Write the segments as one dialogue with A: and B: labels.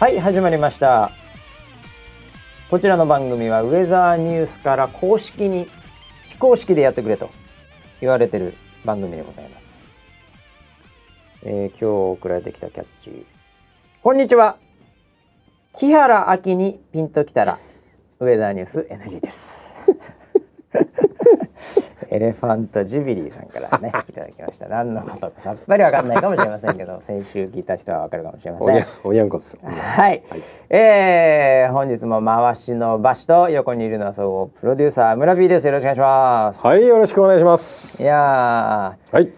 A: はい、始まりました。こちらの番組はウェザーニュースから公式に非公式でやってくれと言われてる番組でございます。えー今日送られてきたキャッチ。こんにちは。木原明にピンときたらウェザーニュース NG です。エレファントジュビリーさんからねいただきました。何のことかさっぱりわかんないかもしれませんけど、先週聞いた人はわかるかもしれません。
B: おにゃおにゃんこです。
A: はい、
B: はい
A: えー本日も回しの場所と横にいるのは総合プロデューサー村 B ですよろしくお願いします、
B: はい、よろしくお願いします。
A: い、や
B: はい。
A: ー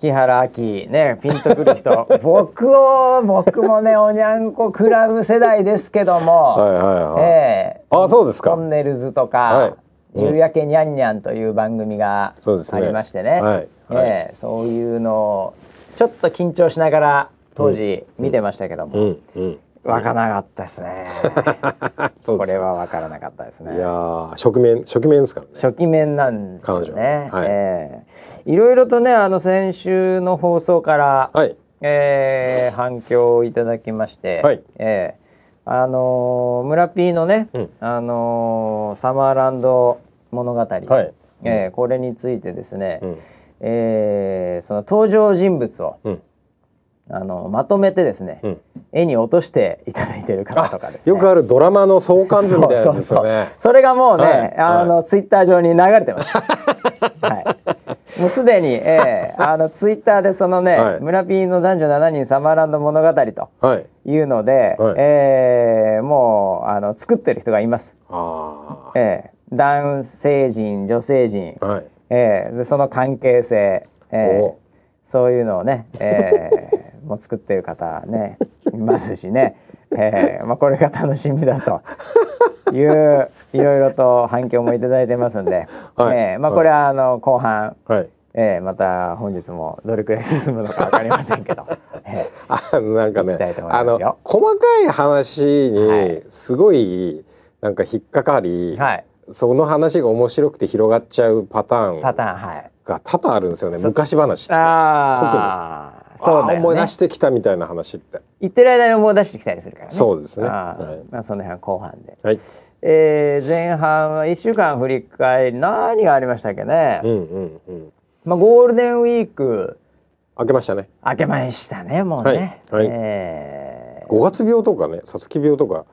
A: 木原明ねピンとくる 人僕を僕もねおにゃんこクラブ世代ですけども、
B: はいはいはい。
A: えー
B: あそうですか
A: トンネルズとか、
B: はいうん
A: 夕焼けにゃんにゃんという番組が
B: そうです
A: あ
B: ね
A: りましてね
B: はいはい
A: えーそういうのをちょっと緊張しながら当時見てましたけども、
B: うんうん。
A: わからなかったですね。
B: そう
A: こ
B: です
A: れ
B: か。
A: はわからなかったですね
B: い。やー、食面食面ですからね。
A: 初期面なんですよね。
B: 彼女はい
A: ええいろいろとね、あの先週の放送から、
B: はい。
A: ええ反響をいただきまして、
B: はい
A: ええあのー村 P のね、
B: うん
A: あのーサマーランド物語、
B: はい。
A: ええこれについてですね、
B: うん
A: ええその登場人物を
B: うん
A: あのまとめてですね、
B: うん。
A: 絵に落としていただいてる方とかですね。
B: よくあるドラマの相関図みたいなやつです
A: そう
B: よ
A: そう
B: ね
A: そう。それがもうね、
B: はい
A: あの、ツイッター上に流れて ます。はい。もうすでに、えー、あのツイッターでそのね、
B: はい
A: 村ピーの男女7人サマーランド物語と
B: はい。
A: いうので、
B: はい
A: えーもうあの作ってる人がいます。
B: あ
A: えー、男性陣、女性陣、
B: あ。はい。
A: えーでその関係性、えー
B: お
A: そういうのをね、え ーもう作ってる方ねいますしね、えーまあ、これが楽しみだといういろいろと反響もいただいてますんで、
B: はい
A: えーまあ、これはあの後半、
B: はい。
A: えーまた本日もどれくらい進むのか分かりませんけ ど、え
B: あなんかね
A: 行きたいと思います
B: あの
A: よ
B: 細かい話
A: はい
B: にすごいなんか引っかかり、
A: ーはい、
B: その話が面白くて広がっちゃうパター
A: パ
B: ン
A: ターンはい。
B: が多々あるんですよね昔話って
A: ああそうだ
B: あー思
A: よ
B: い
A: ね
B: 出してきたみたいな話って
A: 言ってる間に思い出してきたりするからね
B: そうですね
A: あー
B: はい
A: まあ、その辺は後半で。
B: はい
A: えー前半は1週間振り返り何がありましたっけね、
B: うんうんうん
A: まあ、ゴールデンウィーク
B: 開けましたね
A: 明けましたねもうね、
B: はいはい
A: え
B: 五月病とかねさつき病とか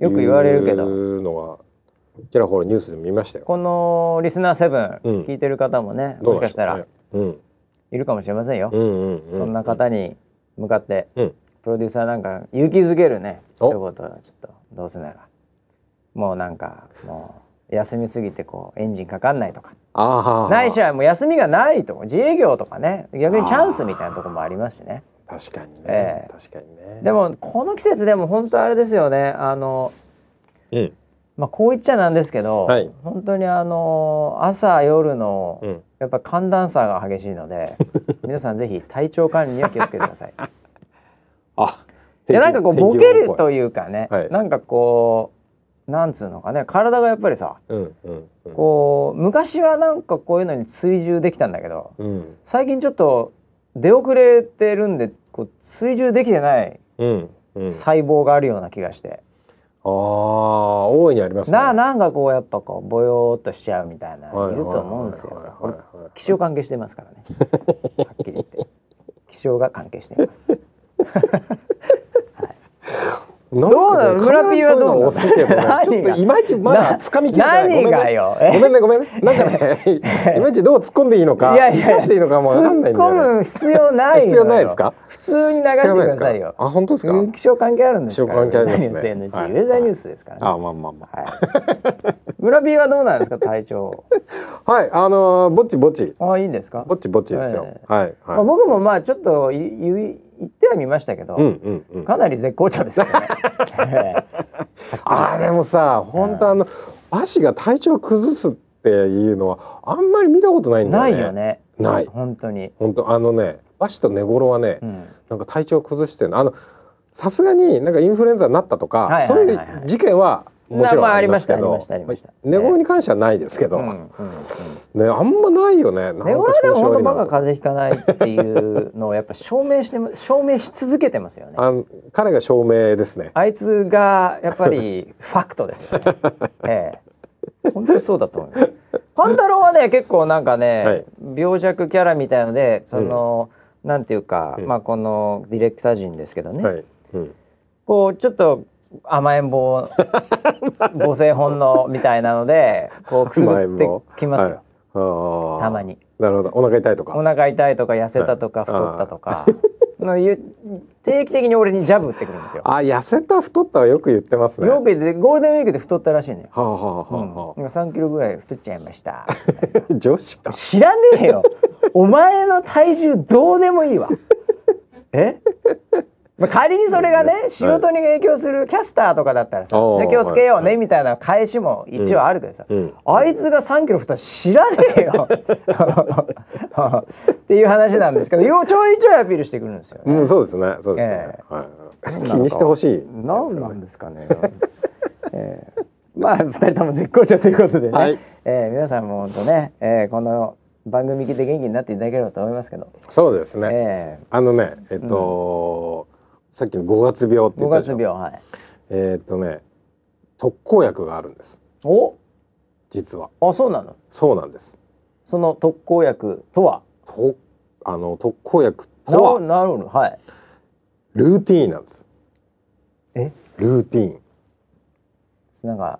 A: ーよく言われるけど
B: いうのはちらほらニュースでも見ましたよ
A: この「リスナーセブン
B: うん
A: 聞いてる方もね、
B: どう
A: もしか
B: なんで
A: し
B: したた
A: ら
B: ねうん
A: いるかもしれませんよ、
B: うんうんうん
A: そんな方に向かって、
B: うん
A: プロデューサーなんか勇気づけるね一
B: お
A: 言をちょっとどうせならもうなんかもう休みすぎてこうエンジンかかんないとか
B: ああ
A: ないしはもう休みがないとか自営業とかね逆にチャンスみたいなところもありますしね
B: 確かに
A: ええ
B: ね確かにね
A: でもこの季節でも本当あれですよねあの、
B: うん
A: まあ、こう言っちゃなんですけど、
B: はい
A: 本当にあの朝夜の
B: うん
A: やっぱ寒暖差が激しいの で皆さんぜひ体調管理には気をつけてください。
B: あ
A: いやなんかこう
B: 天気
A: ボケる
B: 天気予報っぽい
A: というかね、
B: はい
A: なんかこうなんつうのかね体がやっぱりさ
B: うんうんうん
A: こう昔はなんかこういうのに追従できたんだけど
B: うん
A: 最近ちょっと出遅れてるんでこう追従できてない
B: うんうん
A: 細胞があるような気がして、
B: ああ大いにありますね
A: ななんかこうやっぱこうぼよーっとしちゃうみたいないると
B: はいはいはい
A: 思うんですよ、
B: はいはいはい
A: 気象関係してますからねはっきり言って気象が関係しています
B: なん
A: どうなの
B: かね
A: 村ピーはどうなの
B: 必ずそういうのを押すけどね
A: 何
B: ちょ
A: が
B: っといまいちまだ掴みきれてない
A: 何がよ
B: ごめんねごめんねごめんねなんかね いまいちどう突っ込んでいいのか生かしていいのかもわかんないんだ
A: 突っ
B: よ
A: 込
B: ね
A: む必要ないのよ
B: 必要ないですか
A: 普通に流してください
B: 必要な
A: よ
B: ですかあ本当ですか
A: うん気象関係あるんですから
B: 気象関係ありますね
A: ウェザーニュース NG
B: はい
A: ウェザーニュースですからね、
B: あまあまあま
A: はい村 B はどうなんですか体調
B: あはいあのーぼっちぼっち
A: あいいんですか
B: ぼっちぼっちですよ
A: え
B: はい
A: まあ、
B: は
A: 僕もまあちょっとい言い言ってはみましたけど、
B: いうんうんうん
A: かなり絶好調ですよ ね。え
B: あーでもさ本当あのバシが体調崩すっていうのはあんまり見たことない
A: え
B: んだ
A: な
B: よ
A: い
B: ね
A: よね。
B: ない
A: 本当に。
B: 本当あのねバシと寝頃はね
A: うん。
B: なんか体調崩してるのあのさすがになんかインフルエンザになったとか、
A: はいはいはいはい
B: そういう事件はもちろん
A: まあ
B: ありますけ
A: あり
B: ど
A: ましたありましたありました
B: 寝頃に関してはないですけど、
A: うんうんう
B: ね
A: ん
B: あんまないよねなんか
A: 寝頃でも本当バ
B: な
A: カ風邪ひかないっていうのをやっぱ証明しても 証明し続けてますよね。
B: あ彼が証明ですね
A: あいつがやっぱ りファクトですよね。ええ、本当にそうだと思います。パンタロウはね結構なんかね、
B: はい
A: 病弱キャラみたいのでその、なんていうか、
B: うん
A: まあこのディレクター陣ですけどね、
B: はい、うん、
A: こうちょっと甘えん 坊母性本能みたいなのでこうくすぐってきますよ、
B: よ
A: たまに。
B: なるほどお腹痛いと
A: お
B: か
A: 腹痛いとか痩せたとか
B: はい
A: 太ったとか、のゆ定期的に俺にジャブ打ってくるんですよ。
B: あ痩せた太ったはよく言ってますね
A: よく言ってゴールデンウィークで太ったらしいのよ。
B: はあはあは
A: う
B: あ
A: ん
B: は、
A: 今3キロぐらい太っちゃいました。
B: あ 女子か
A: 知らねえよ。お前の体重どうでもいいわ。え？まあ、仮にそれがね仕事に影響するキャスターとかだったらさ、
B: あー
A: じゃあ気をつけよう
B: は
A: ねみたいな返しも一応あるけどさ、
B: うん
A: あいつが3キロ太ったら知らねえよっていう話なんですけどようちょいちょいアピールしてくるんですよね、
B: うんそうですねそうですね、
A: え
B: はい、気にしてほしい
A: なんなんですかね。 ええまあ二人とも絶好調ということでね。
B: はい
A: ええ皆さんも本当ね、ええこの番組聞いて元気になっていただければと思いますけど。
B: そうですね、
A: え
B: あのねえっと、さっきの五月病って
A: え
B: 言
A: 五
B: ったで
A: 月
B: しょ
A: 病はい。
B: えーっとね特効薬があるんです
A: お、
B: 実は
A: あそうなの。
B: そうなんです
A: その特効薬とは。
B: とあの特効薬
A: な
B: とは
A: なるほどはい。
B: ルーティーンなんです
A: え、
B: ルーティーン
A: なんか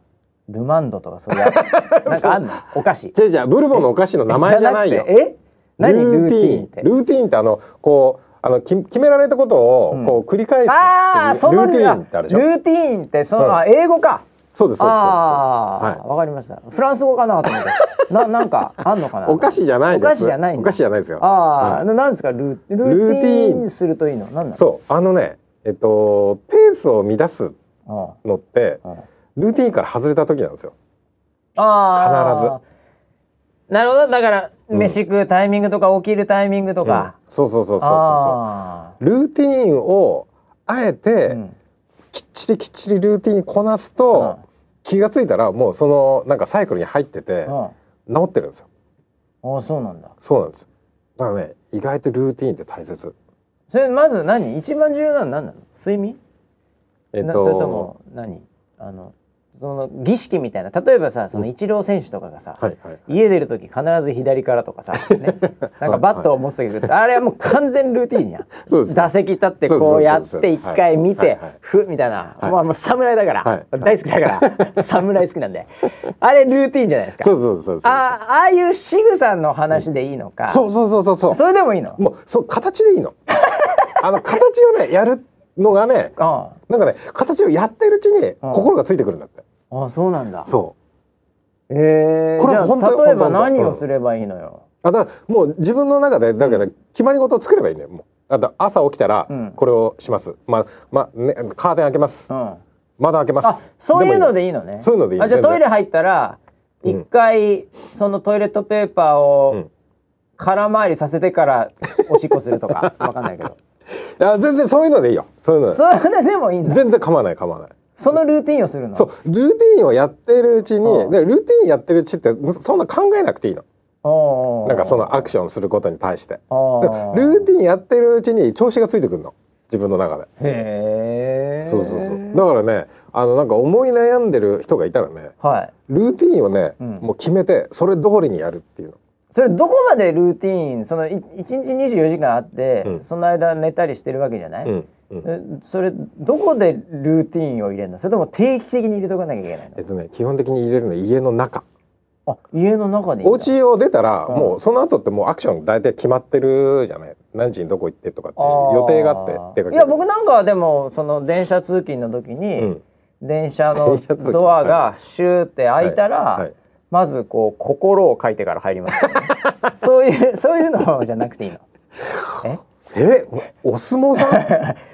A: ルマンドとかそういう やつなんかあんのお菓子。
B: じゃじゃブルボンのお菓子の名前じゃないよ
A: じゃくてえ？何ルーティーンっ
B: ル
A: て。
B: ーティーンってあのこうあのき決められたこと
A: う
B: を
A: ん
B: こう繰り返すっていう、
A: ああその
B: ルーティーンってあるでしょ
A: ルーティーンってその、
B: うん
A: あ英語か。
B: そうですそうですそうです
A: ああー、
B: は
A: わかりました。フランス語かなと思 って。な、なんかあんのかな。
B: いお菓子じゃないです
A: お菓子じゃないん
B: お
A: だ。
B: 菓子じゃないですよ
A: ああ、
B: はい
A: ななんですかルール
B: ル
A: ー
B: ー
A: テ
B: テ
A: ィ
B: ィ
A: ー
B: ー
A: ン
B: ン
A: するといいの。なんなの。
B: そうあのねえっとペースを乱す
A: う。ん。
B: のって
A: うん
B: ルーティーンから外れた時なんですよ
A: ああ。必ず。なるほど。だから、
B: うん
A: 飯食うタイミングとか起きるタイミングとか。
B: うんそうそうそうそうそうそ
A: あ
B: うルーティーンをあえ
A: あう
B: て
A: ん
B: きっちりきっちりルーティーンこなすと、気がついたらもうそのなんかサイクルに入ってて
A: うん。あ
B: 治ってるんですよ
A: あ、そうなんだ。
B: そうなんですよだからね意外とルーティーンって大切
A: それまず何一番重要なの何なの？睡眠？
B: えっ
A: なそれとも何？あのその儀式みたいな。例えばさ、そのイチロー選手とかがさ。
B: はいはい
A: 家出る時必ず左からとか さ、ね、なんかバットを持つ時あれはもう完全ルーティンや
B: そうです
A: 打席立ってこうやって一回見
B: はい
A: て
B: はいはい
A: ふっみたいな、
B: はい
A: まあもう侍だから、
B: はいはい
A: 大好きだから、 侍好きなんであれルーティンじゃないですか
B: そうそうそうそう
A: あああいう仕草の話でいいのか、
B: そうそうそうそうそう
A: それでもいいの
B: もうそう形でいい のあの形をねやるのがね
A: あ
B: なんかね形をやってるうちに心がついてくるんだって、
A: ああそうなんだ
B: そう
A: えー、
B: これ
A: じゃ
B: 本当
A: あ例えば
B: 本当本
A: 何
B: 当
A: をすればいいのよ、
B: あだからもう自分の中でだから決まり事を作ればいいんだよもうあと朝起きたら
A: うん
B: これをします、ままね、カーテン開けます、
A: うん、
B: 窓開けま
A: あ
B: す
A: そういうの
B: で
A: でいいのね
B: そういうのでいい
A: あじゃあ
B: 全然
A: トイレ入ったら
B: うん
A: 一回そのトイレットペーパー
B: う
A: を
B: ん
A: 空回りさせてからおしっこすると かわかんないけど
B: もいいあ全然そういうのでいいよそういうので
A: それでもいいんだ
B: 全然構わない構わない
A: そのルーティンをするの
B: そうルーティンをやってるうち
A: うん
B: にでルーティンやってるうちってそんな考えなくていいの
A: おうおうおう
B: なんかそのアクションすることに対して
A: おう
B: だからルーティンやってるうちに調子がついてくるの自分の中で
A: へえ
B: そうそうそうだからねあのなんか思い悩んでる人がいたらね
A: はい
B: ルーティンをね、
A: うん
B: もう決めてそれ通りにやるっていうの
A: それどこまでルーティンそのい一日24時間あって、
B: うん
A: その間寝たりしてるわけじゃない、
B: うんうん、
A: えそれどこでルーティンを入れるのそれとも定期的に入れとかなきゃいけないの
B: えっとね基本的に入れるのは家の中
A: あ家の中でいいんだ
B: お家を出たら、
A: うん
B: もうその後ってもうアクション大体決まってるじゃない何時にどこ行ってとかっていう
A: あー
B: 予定があって出かける
A: いや僕なんかはでもその電車通勤の時に、
B: うん
A: 電車の
B: 電車通勤
A: ドアがシューって開いたら、
B: はいはい
A: まずこう心を書いてから入ります、 ね、そういうそういうのじゃなくていいのえ
B: えおお相 撲さん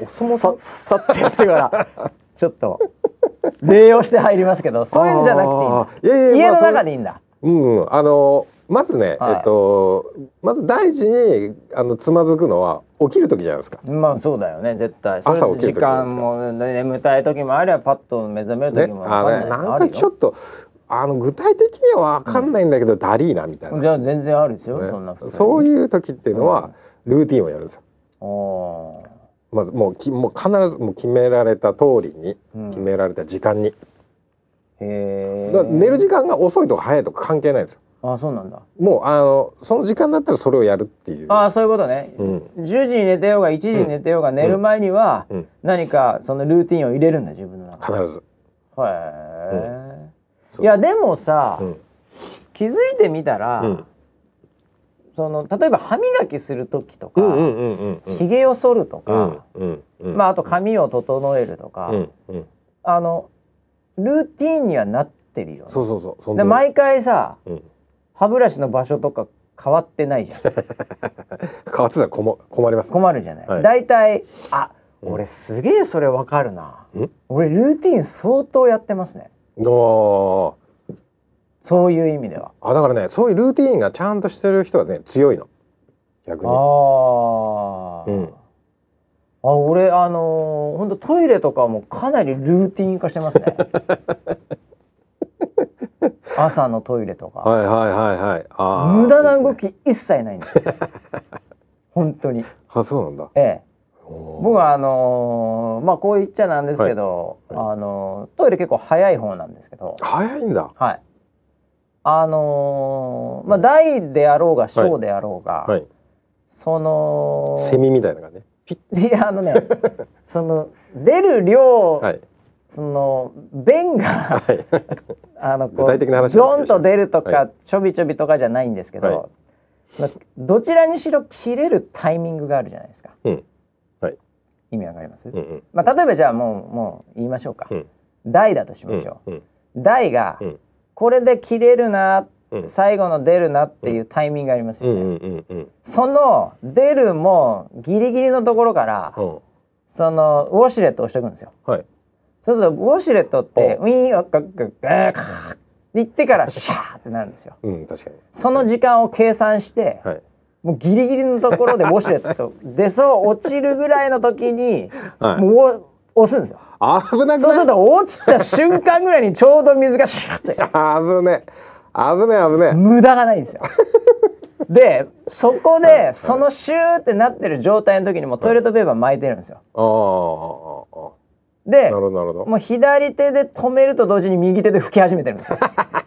B: お相撲さ
A: さ
B: ん
A: さってやってからちょっと礼をして入りますけどそういうんじゃなくていいの
B: あーいやいや
A: 家の
B: まあ
A: 中でいいんだ、
B: うんあのまずね、
A: はい
B: えっとまず第一にあのつまずくのは起きる時じゃないですか。
A: まあそうだよね絶対
B: 朝起き
A: それ
B: る
A: 時
B: 時なんですか
A: 間も眠たい時もあればパッと目覚める
B: ね
A: 時、も
B: あ
A: わ
B: れ
A: んい
B: なん
A: ある
B: か
A: よ
B: ちょっとあの具体的には分かんないんだけど、だりーなみたいな、
A: じゃあ全然あるですよ、そんな
B: ね
A: 普通に
B: そういう時っていうのは、ルーティンをやるんですよ。
A: おー
B: まずもうきもう必ずもう決められた通りに、
A: うん
B: 決められた時間に、
A: へ
B: だ
A: え
B: から寝る時間が遅いとか早いとか関係ないんですよ。
A: あそうなんだ
B: もうあのその時間だったらそれをやるっていう。
A: ああそういうことね、
B: うん
A: 10時に寝てようが1時に寝てようが、寝る前には
B: うん
A: 何かそのルーティンを入れるんだ自分の中
B: 必ず。
A: へえ、
B: そう
A: いやでもさ、
B: うん
A: 気づいてみたら、
B: うん
A: その例えば歯磨きする時とか、
B: うんうんうんうんうん
A: ひげを剃ると
B: うん
A: か、
B: うんうん
A: まああと髪を整えるとか、
B: うんうん
A: あのルーティンにはなってるよね
B: そうそうそうそん
A: で
B: な
A: 毎回さ
B: うん
A: 歯ブラシの場所とか変わってないじゃん
B: 変わってたら困困ります
A: 困るじゃない、
B: はい
A: だいたいあ
B: うん
A: 俺すげえそれわかるな、
B: ん
A: 俺ルーティン相当やってますね
B: お
A: そういう意味では
B: あだからねそういうルーティーンがちゃんとしてる人はね強いの逆に
A: ああ、
B: うん
A: あ俺あのー、本当トイレとかもかなりルーティン化してます ね朝のトイレとか、
B: はいはいはいはいあー
A: 無駄な動
B: いいですね
A: き一切ないんですよ本当に
B: あそうなんだ
A: ええ僕
B: 僕
A: はあのーまあこう言っちゃなんですけど、
B: はいは
A: あのートイレ結構早い方なんですけど
B: 早いんだ
A: はいあのーまあ大であろうが小であろうが、
B: はい
A: その
B: セミみたいな感じねピ
A: いやあのね その出る量、
B: ッはい
A: その便 が
B: はい
A: あの
B: 具体的な話になっ
A: ド
B: て
A: ン
B: きました
A: と出るとか、
B: は
A: ちょびちょびとかじゃないんですけど、
B: は
A: まあどちらにしろ切れるタイミングがあるじゃないですか
B: うんはい
A: 意味わかります、
B: うんうん
A: まあ、例えばじゃあもうもう言いましょうか、
B: うん
A: 台だとしま
B: う
A: し
B: ん
A: ょ
B: うん
A: う、台が
B: うん
A: これで切れるな、
B: うん
A: 最後の出るなっていうタイミングがありますよ
B: う
A: ね、
B: んうんうんうん
A: その出るもギリギリのところから、
B: うん
A: そのウォシュレットを押しておくんですよ
B: はい
A: そうするとウォシュレットって
B: う
A: ウィーンガッガッガッガッガッって言ってからシャーってなるんですよ
B: うん確かに
A: その時間を計算して、
B: はい
A: もうギリギリのところでウォシュレット出そう落ちるぐらいの時に
B: はい
A: もう押すんですよ
B: 危なく
A: そうす
B: ない
A: ると落ちた瞬間ぐらいにちょうど水がシャーって
B: 危ね危ね危ね
A: 無駄がないんで すよ。でそこでそのシューってなってる状態の時にもうトイレットペーパー巻いてるんですよ。
B: あーあーあーあー
A: で
B: なるほどなるほど
A: もう左手で止めると同時に右手で拭き始めてるんですよ。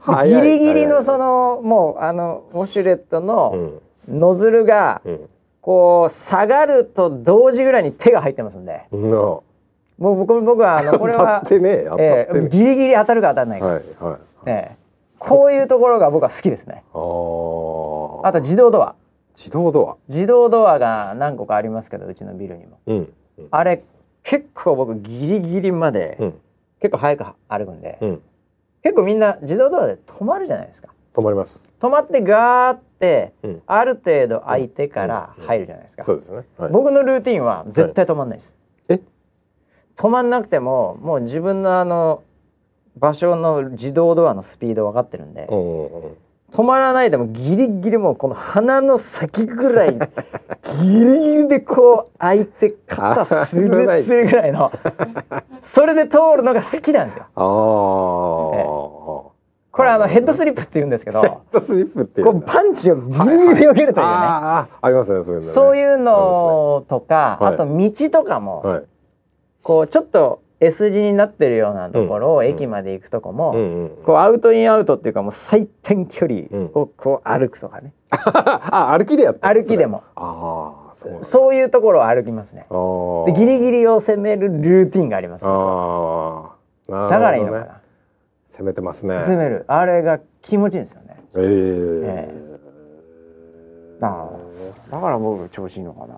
B: 早い
A: ギリギリの
B: 早
A: そ
B: い
A: のもうあのウォシュレット
B: う
A: の
B: ん
A: ノズルが
B: うん
A: こう下がると同時ぐらいに手が入ってますんで
B: うん
A: もう僕僕はあ のこれは
B: 当たってねえ当た
A: え
B: って
A: え
B: ね
A: ギリギリ当たるか当たらない
B: え
A: か、
B: はいはい
A: ええこういうところが僕は好きですね。
B: あ
A: あ
B: あ
A: と自動ドア
B: 自動ド
A: 自動ドアが何個かありますけどうちのビルにも
B: アうんうん
A: あれ結構僕ギリギリまで、
B: うん
A: 結構早く歩くんで、
B: うん
A: 結構みんな自動ドアで止まるじゃないですか
B: 止まります
A: 止まってガーって、
B: うん
A: ある程度空いてから入るじゃないですか、
B: そうですねはい
A: 僕のルーティンは絶対止まんないです、
B: はいえ
A: 止まんなくてももう自分のあの場所の自動ドアのスピード分かってるんで、
B: うんうんうん
A: 止まらないでもギリギリもうこの鼻の先ぐらい ギリギリでこう開いて肩す
B: 危な
A: る
B: い
A: するぐらいのそれで通るのが好きなんですよ
B: ああ
A: これあのヘッドスリップって言うんですけど
B: ヘッドスリップってい
A: こ
B: う
A: う
B: ね
A: パンチをギリギリで避けるというね、
B: あーあーありますねそういうのね
A: そういうのとかあ,、
B: はい
A: と道とかも、
B: はい
A: こうちょっと S 字になってるようなところを
B: うん
A: 駅まで行くとこも、
B: うんうん
A: こうアウトインアウトっていうかもう最短距離
B: うん
A: をこう歩くとかね、
B: あ歩きでやってる
A: 歩きでも
B: それああそうなんだ
A: そういうところを歩きますね
B: あー
A: でギリギリを攻めるルーティンがあります、
B: ああ
A: だ
B: だ
A: からいいのかな、
B: 攻めてますね
A: 攻めるあれが気持ちいいんですよね
B: え
A: え
B: え
A: あーだから僕調子いいのかな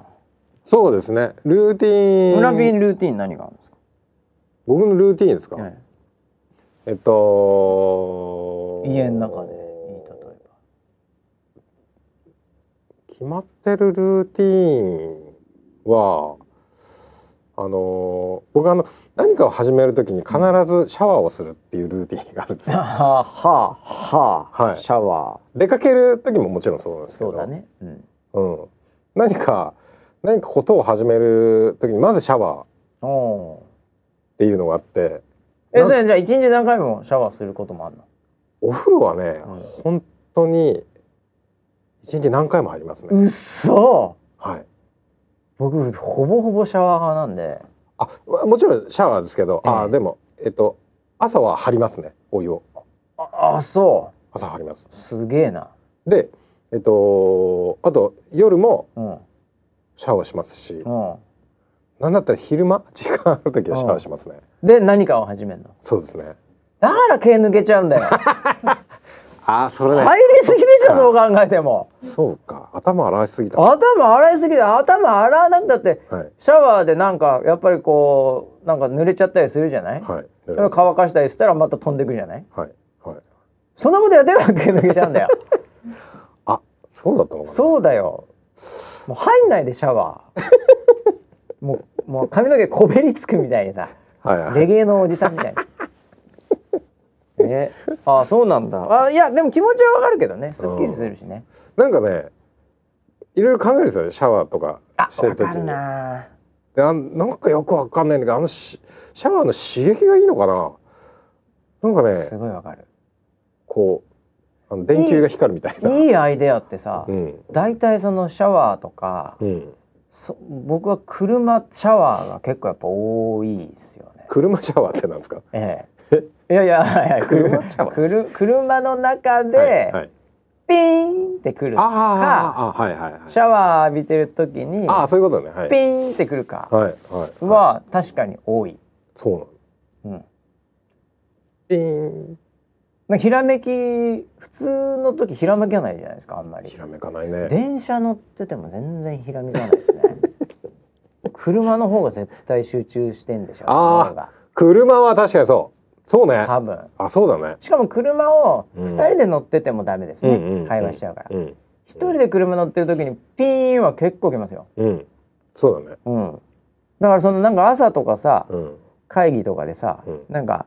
B: そうですねルーティ
A: 村
B: ーン
A: ンルーティン何があるんですか、
B: 僕のルーティーンですか、
A: え
B: えっと
A: え家の中でいい例えば
B: 決まってるルーティーンはあのー僕はあの何かを始めるときに必ずシャワーをするっていうルーティンがあるんです
A: は
B: よ。
A: あはあはあ、
B: はい
A: シャワ
B: 出かける時ももちろんそうなんで
A: ー
B: すけ
A: そ
B: ど
A: うだね、うん、
B: うん、何か何かことを始める時にまずシャワーっ
A: おお
B: ていうのがあって
A: ーえ
B: なん
A: それじゃあ一日何回もシャワーすることもあるの
B: お風呂はね、
A: うん
B: 本当に一日何回も入りますね。
A: うっそ
B: はい、
A: 僕ほぼほぼシャワー派なんで
B: あわもちろんシャワーですけど、あ
A: え
B: あ
A: え
B: でもえっと朝は張りますねお湯を
A: ああそ
B: 朝張ります
A: う。すげえな
B: でえっとあと夜も
A: うんうん
B: シャワーしますし、なんだったら昼間 時間ある時はシャワーしますね。
A: で何かを始めるの
B: そうですね。
A: だから毛抜けちゃうんだよ
B: ああそれ
A: 入りすぎでしょどう考えても
B: そうか頭洗いすぎた。は
A: 頭洗いすぎで頭洗わなくたって
B: い
A: シャワーでなんかやっぱりこうなんか濡れちゃったりするじゃない、
B: はい。
A: それを乾かしたりしたらまた飛んでくじゃない
B: はいはい。
A: そんなことやってるわけ抜けちゃうん だよ
B: あそうだったのかな。
A: そうだよもう入んないでシャワ ーもうもう髪の毛こべりつくみたいにさ
B: はいはい。
A: レゲエのおじさんみたい にねあそうなんだあいやでも気持ちはわかるけどねすっきりするしね
B: なんかねいろいろ考えるんですよねシャワーとか
A: あ
B: して
A: わ
B: る時
A: か
B: に。
A: るな
B: であんなんかよくわかんないんだけどあのしシャワーの刺激がいいのかななんか
A: ーす
B: ね
A: ごいわかる
B: こうあの電球が光るみたいな。
A: いいアイデアってさ、
B: うん
A: だいたいそのシャワーとか、
B: うん、
A: そ僕は車シャワーが結構やっぱ多いですよね。
B: 車シャワーってなんですか、
A: え え。いやいや、はいはい、
B: 車シャワー
A: くる車の中で、
B: はいはい、
A: ピーンってくる
B: あ。ああはいはいはい
A: シャワー浴びてる時に、
B: ああそういうことねはい
A: ピーンってくるか
B: はいはい
A: は、確かに多い。
B: そうなの
A: うん。
B: ピーン
A: なんかひらめき普通の時ひらめけないじゃないですかあんまり
B: ひ。らめかないね
A: 電車乗ってても全然ひらめかない ですね。車の方が絶対集中してんでしょ。
B: あー
A: 脳が
B: 車は確かにそうそうね
A: 多分。
B: あそうだね
A: しかも車を
B: うん
A: 2人で乗っててもダメですね、
B: うんうんうん
A: 会話しちゃうから、
B: うん
A: 一1人で車乗ってる時にピーンは結構きますよ、
B: うんそうだね
A: うん、だからそのなんか朝とかさ
B: うん
A: 会議とかでさ、
B: うん
A: なんか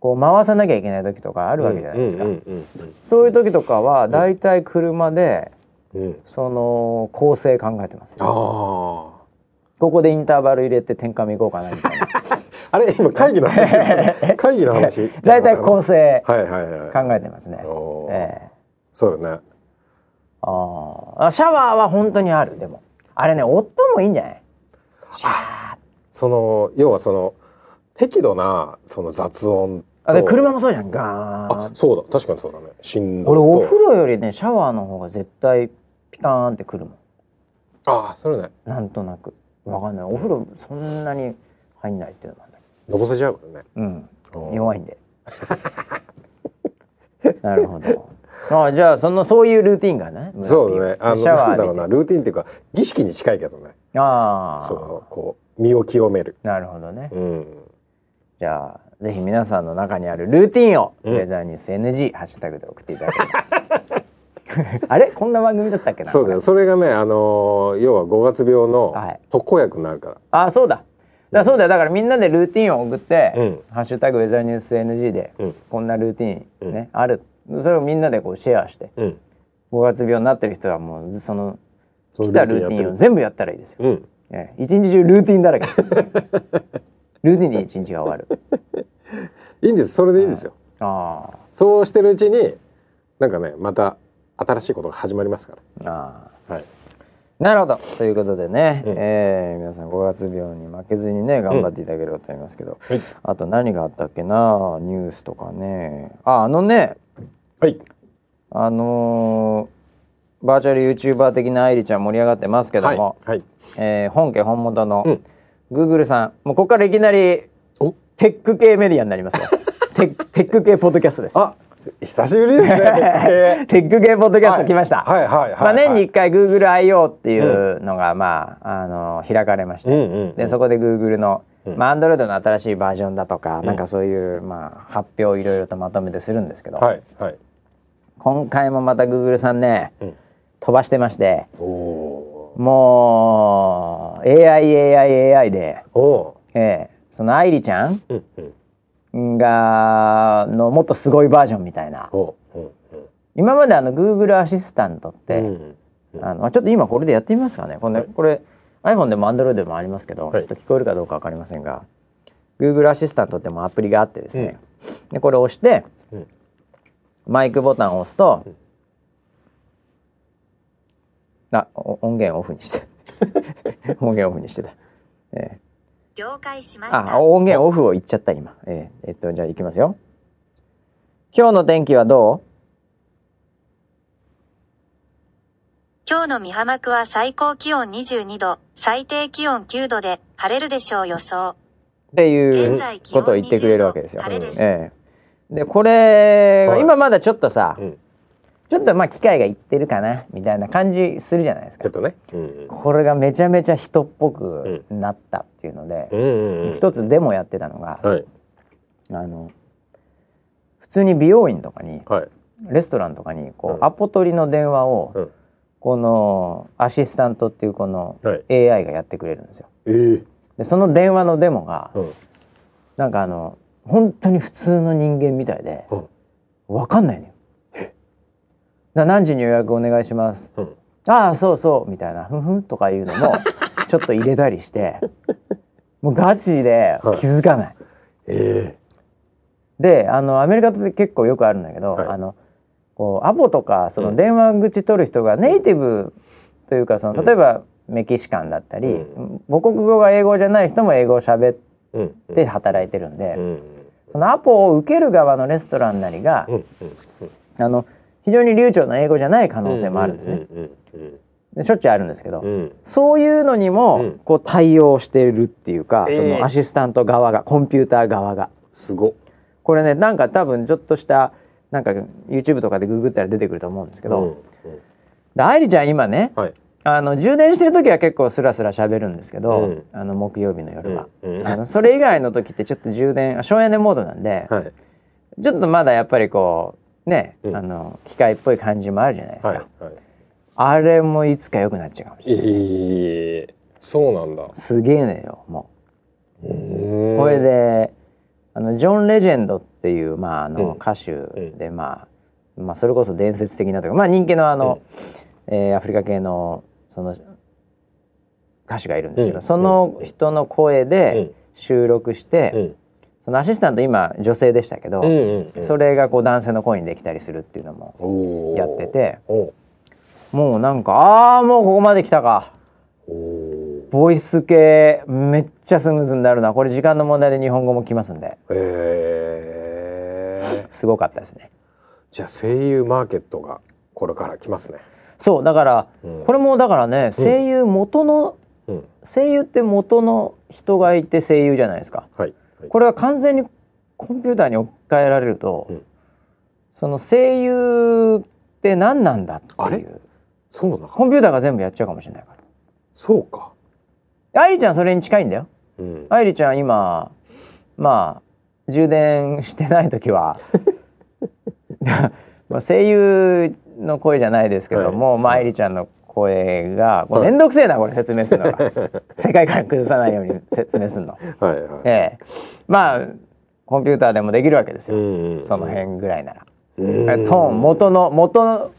A: こう回さなきゃいけない時とかあ
B: あ
A: るわけじゃないですか、
B: うんうんうん
A: そういう時とかはだいたい車で
B: うんうん
A: その構成考えてます、
B: あ
A: ここでインターバル入れて転換見行こうかなみたいな
B: ああれ今会議の話ですよ ね会議の話
A: だいたい構成
B: はいはいはい
A: 考えてますね、
B: おー
A: ええ
B: そうだね
A: あーあシャワーは本当にあるでもあれね夫もいいんじゃないシャーって
B: その要はその適度なその雑音と
A: あで車もそうじゃんガー
B: あ
A: ン
B: そうだ確かにそうだね振動
A: 俺
B: と
A: お風呂よりねシャワーの方が絶対ピカーンってくるも
B: ああそれね
A: んなんとなくわかんないお風呂そんなに入んないっていうのもあ
B: のぼせちゃうからね
A: るうん
B: うん
A: 弱いんで なるほどあじゃあそのそういうルーティンがね
B: そうだねあの
A: シャワー浴
B: な
A: びて
B: んだろうなルーティンっていうか儀式に近いけどね
A: あ
B: そ
A: あ
B: のこう身を清める
A: なるほどね
B: うん
A: じゃあぜひ皆さんの中にあるルーティンを、
B: うん
A: ウェザーニュース NG ハッシュタグで送っていただければ あれこんな番組だったっけな
B: そうだよそれがねあのー要は五月病の
A: はい
B: 特効薬になるから
A: あそうだだからそうだよだからみんなでルーティンを送って「
B: うん
A: ハッシュタグウェザーニュース NG」で、
B: うん
A: こんなルーティンね、あるそれをみんなでこうシェアして
B: うん
A: 五月病になってる人はもうその
B: その
A: 来たルーティンを全部やったらいいですよ、
B: うん
A: ええ一日中ルーティンだらけ ルーティンで一日が終わる
B: いいんですそれでいいんですよ、
A: あー
B: そうしてるうちになんかねまた新しいことが始まりますか
A: あー
B: らはい
A: なるほどということでね、
B: うん
A: えー皆さん5月病に負けずにね頑張っていただければと思いますけど、
B: はい
A: あと何があったっけなニュースとかねああのね
B: はい
A: あのーバーチャル YouTuber 的な愛理ちゃん盛り上がってますけども、
B: はい
A: えー本家本元
B: う
A: の
B: ん
A: Google さん、もうここからいきなり
B: お
A: テック系メディアになり ますよテッテック系ポッドキャストです
B: あ久しぶりですね
A: テック系ポッドキャスト来ました、
B: はいはいはい、はい、
A: まあ、年に1回 GoogleIO っていうのが、まあ、あの開かれまして、
B: うんうんうん
A: でそこで Google の、
B: うん
A: まあ、Android の新しいバージョンだとか、なんかそういう、まあ、発表をいろいろとまとめてするんですけど、
B: はいはい
A: 今回もまた Google さんね、
B: うん
A: 飛ばしてまして
B: おお
A: もう AIAIAI で、
B: おう
A: ええその愛梨ちゃん
B: うんうん
A: がのもっとすごいバージョンみたいな
B: おううんうん
A: 今まであの Google アシスタントって、
B: うんうん
A: あのあちょっと今これでやってみますかねこれ,、これ iPhone でも Android でもありますけど、
B: は
A: ち
B: い
A: ょっと聞こえるかどうか分かりませんが Google アシスタントってもうアプリがあってですね、でこれを押して、
B: うん
A: マイクボタンを押すと、
B: うん
A: あお音源をオフにして 音源オフにしてた、え
C: 了解しま
A: ー
C: した
A: あ。音源オフを言っちゃった今、えーえっとじゃあいきますよ今日の天気はど
C: 今日の美浜区は最高気温22度、最低気温9度で晴れるでしょう予想。
A: うっていう
C: 現在気
A: こ
C: 温
A: とを言ってくれるわけですよ。
C: 20度晴れです。
A: ええでこれが
B: はい
A: 今まだちょっとさ、
B: うん
A: ちょっとまあ機械がいってるかなみたいな感じするじゃないです
B: ちょっ
A: か。
B: とねうんうん
A: これがめちゃめちゃ人っぽくなったっていうの
B: う
A: で、
B: んうんうん
A: 一つデモやってたのが、
B: はい
A: あの普通に美容院とかに
B: はい
A: レストランとかにこう、
B: うん
A: アポ取りの電話を、
B: うん
A: このアシスタントっていうこの
B: はい
A: AI がやってくれるんですよ。
B: ええ
A: でその電話のデモが、
B: うん
A: なんかあの本当に普通の人間みたいで
B: うん
A: わかんないのよ。な何時に予約お願いします。
B: うん
A: ああそうそうみたいなふんふんとかいうのも ちょっと入れたりしてもうガチで気づかない。
B: え
A: であのアメリカって結構よくあるんだけど、
B: はい
A: あのこうアポとかそうの
B: ん
A: 電話口取る人がネイティブというかその
B: うん
A: 例えばメキシカンだったり、
B: う
A: 母国語が英語じゃない人も英語を喋っ
B: えうん
A: て働いてるんで。
B: うんうん
A: そのアポを受ける側のレストランなりが、
B: うんうんうん
A: あの非常に流暢な英語じゃない可能性もあるんですね、
B: うんうん
A: でしょっちゅうあるんですけど、
B: うんうん
A: そういうのにも、
B: うん
A: こう対応してるっていうか、
B: ええ
A: そのアシスタント側がコンピューター側が
B: すごっ
A: これねなんか多分ちょっとしたなんか YouTube とかでググったら出てくると思うんですけど、
B: うんうん
A: で愛梨ちゃん今ね
B: はい
A: あの充電してる時は結構スラスラ喋るんですけど、
B: うん
A: あの木曜日の夜は、
B: うんうん
A: あのそれ以外の時ってちょっと充電あ省エネモードなんで、
B: はい
A: ちょっとまだやっぱりこうね、
B: うん
A: あの機械っぽい感じもあるじゃないですか、
B: はいはい
A: あれもいつか良くなっちゃうかもしれない
B: ええそうなんだ
A: すげえねよもう、
B: こ
A: これであのジョン・レジェンドっていう、まあ、あの
B: うん
A: 歌手で、まあ、まあそれこそ伝説的なというか、まあ、人気のあの、えーアフリカ系のその歌手がいるんですけど、
B: うん
A: その人の声で収録して、
B: うん
A: そのアシスタント今女性でしたけど、
B: うんうん
A: それがこう男性の声にできたりするっていうのも
B: おー
A: やってて。
B: お
A: もうなんかああもうここまで来たか
B: おー
A: ボイス系めっちゃスムーズになるなこれ時間の問題で日本語も来ますんで
B: へえ
A: すごかったですね
B: じゃあ声優マーケットがこれから来ますね
A: そうだから
B: うん
A: これもだからね
B: うん
A: 声優元の
B: うん
A: 声優って元の人がいて声優じゃないですか
B: はいはい
A: これは完全にコンピューターに置き換えられると
B: うん
A: その声優って何なんだって
B: あ
A: い
B: れ
A: う
B: そうなの
A: コンピューターが全部やっちゃうかもしれないか
B: そうから
A: 愛理ちゃんそれに近いんだよ
B: うん
A: 愛理ちゃん今まあ充電してない時 はまあ声優の声じゃないですけども、
B: はい
A: まあ愛理ちゃんの声がこれ
B: はい
A: 面倒くせえなこれ説明するの が世界観崩さないように説明するの。
B: はいはい
A: ええ、まあコンピューターでもできるわけですよ、
B: ん
A: その辺ぐらいなら。
B: うん
A: トーン元の元の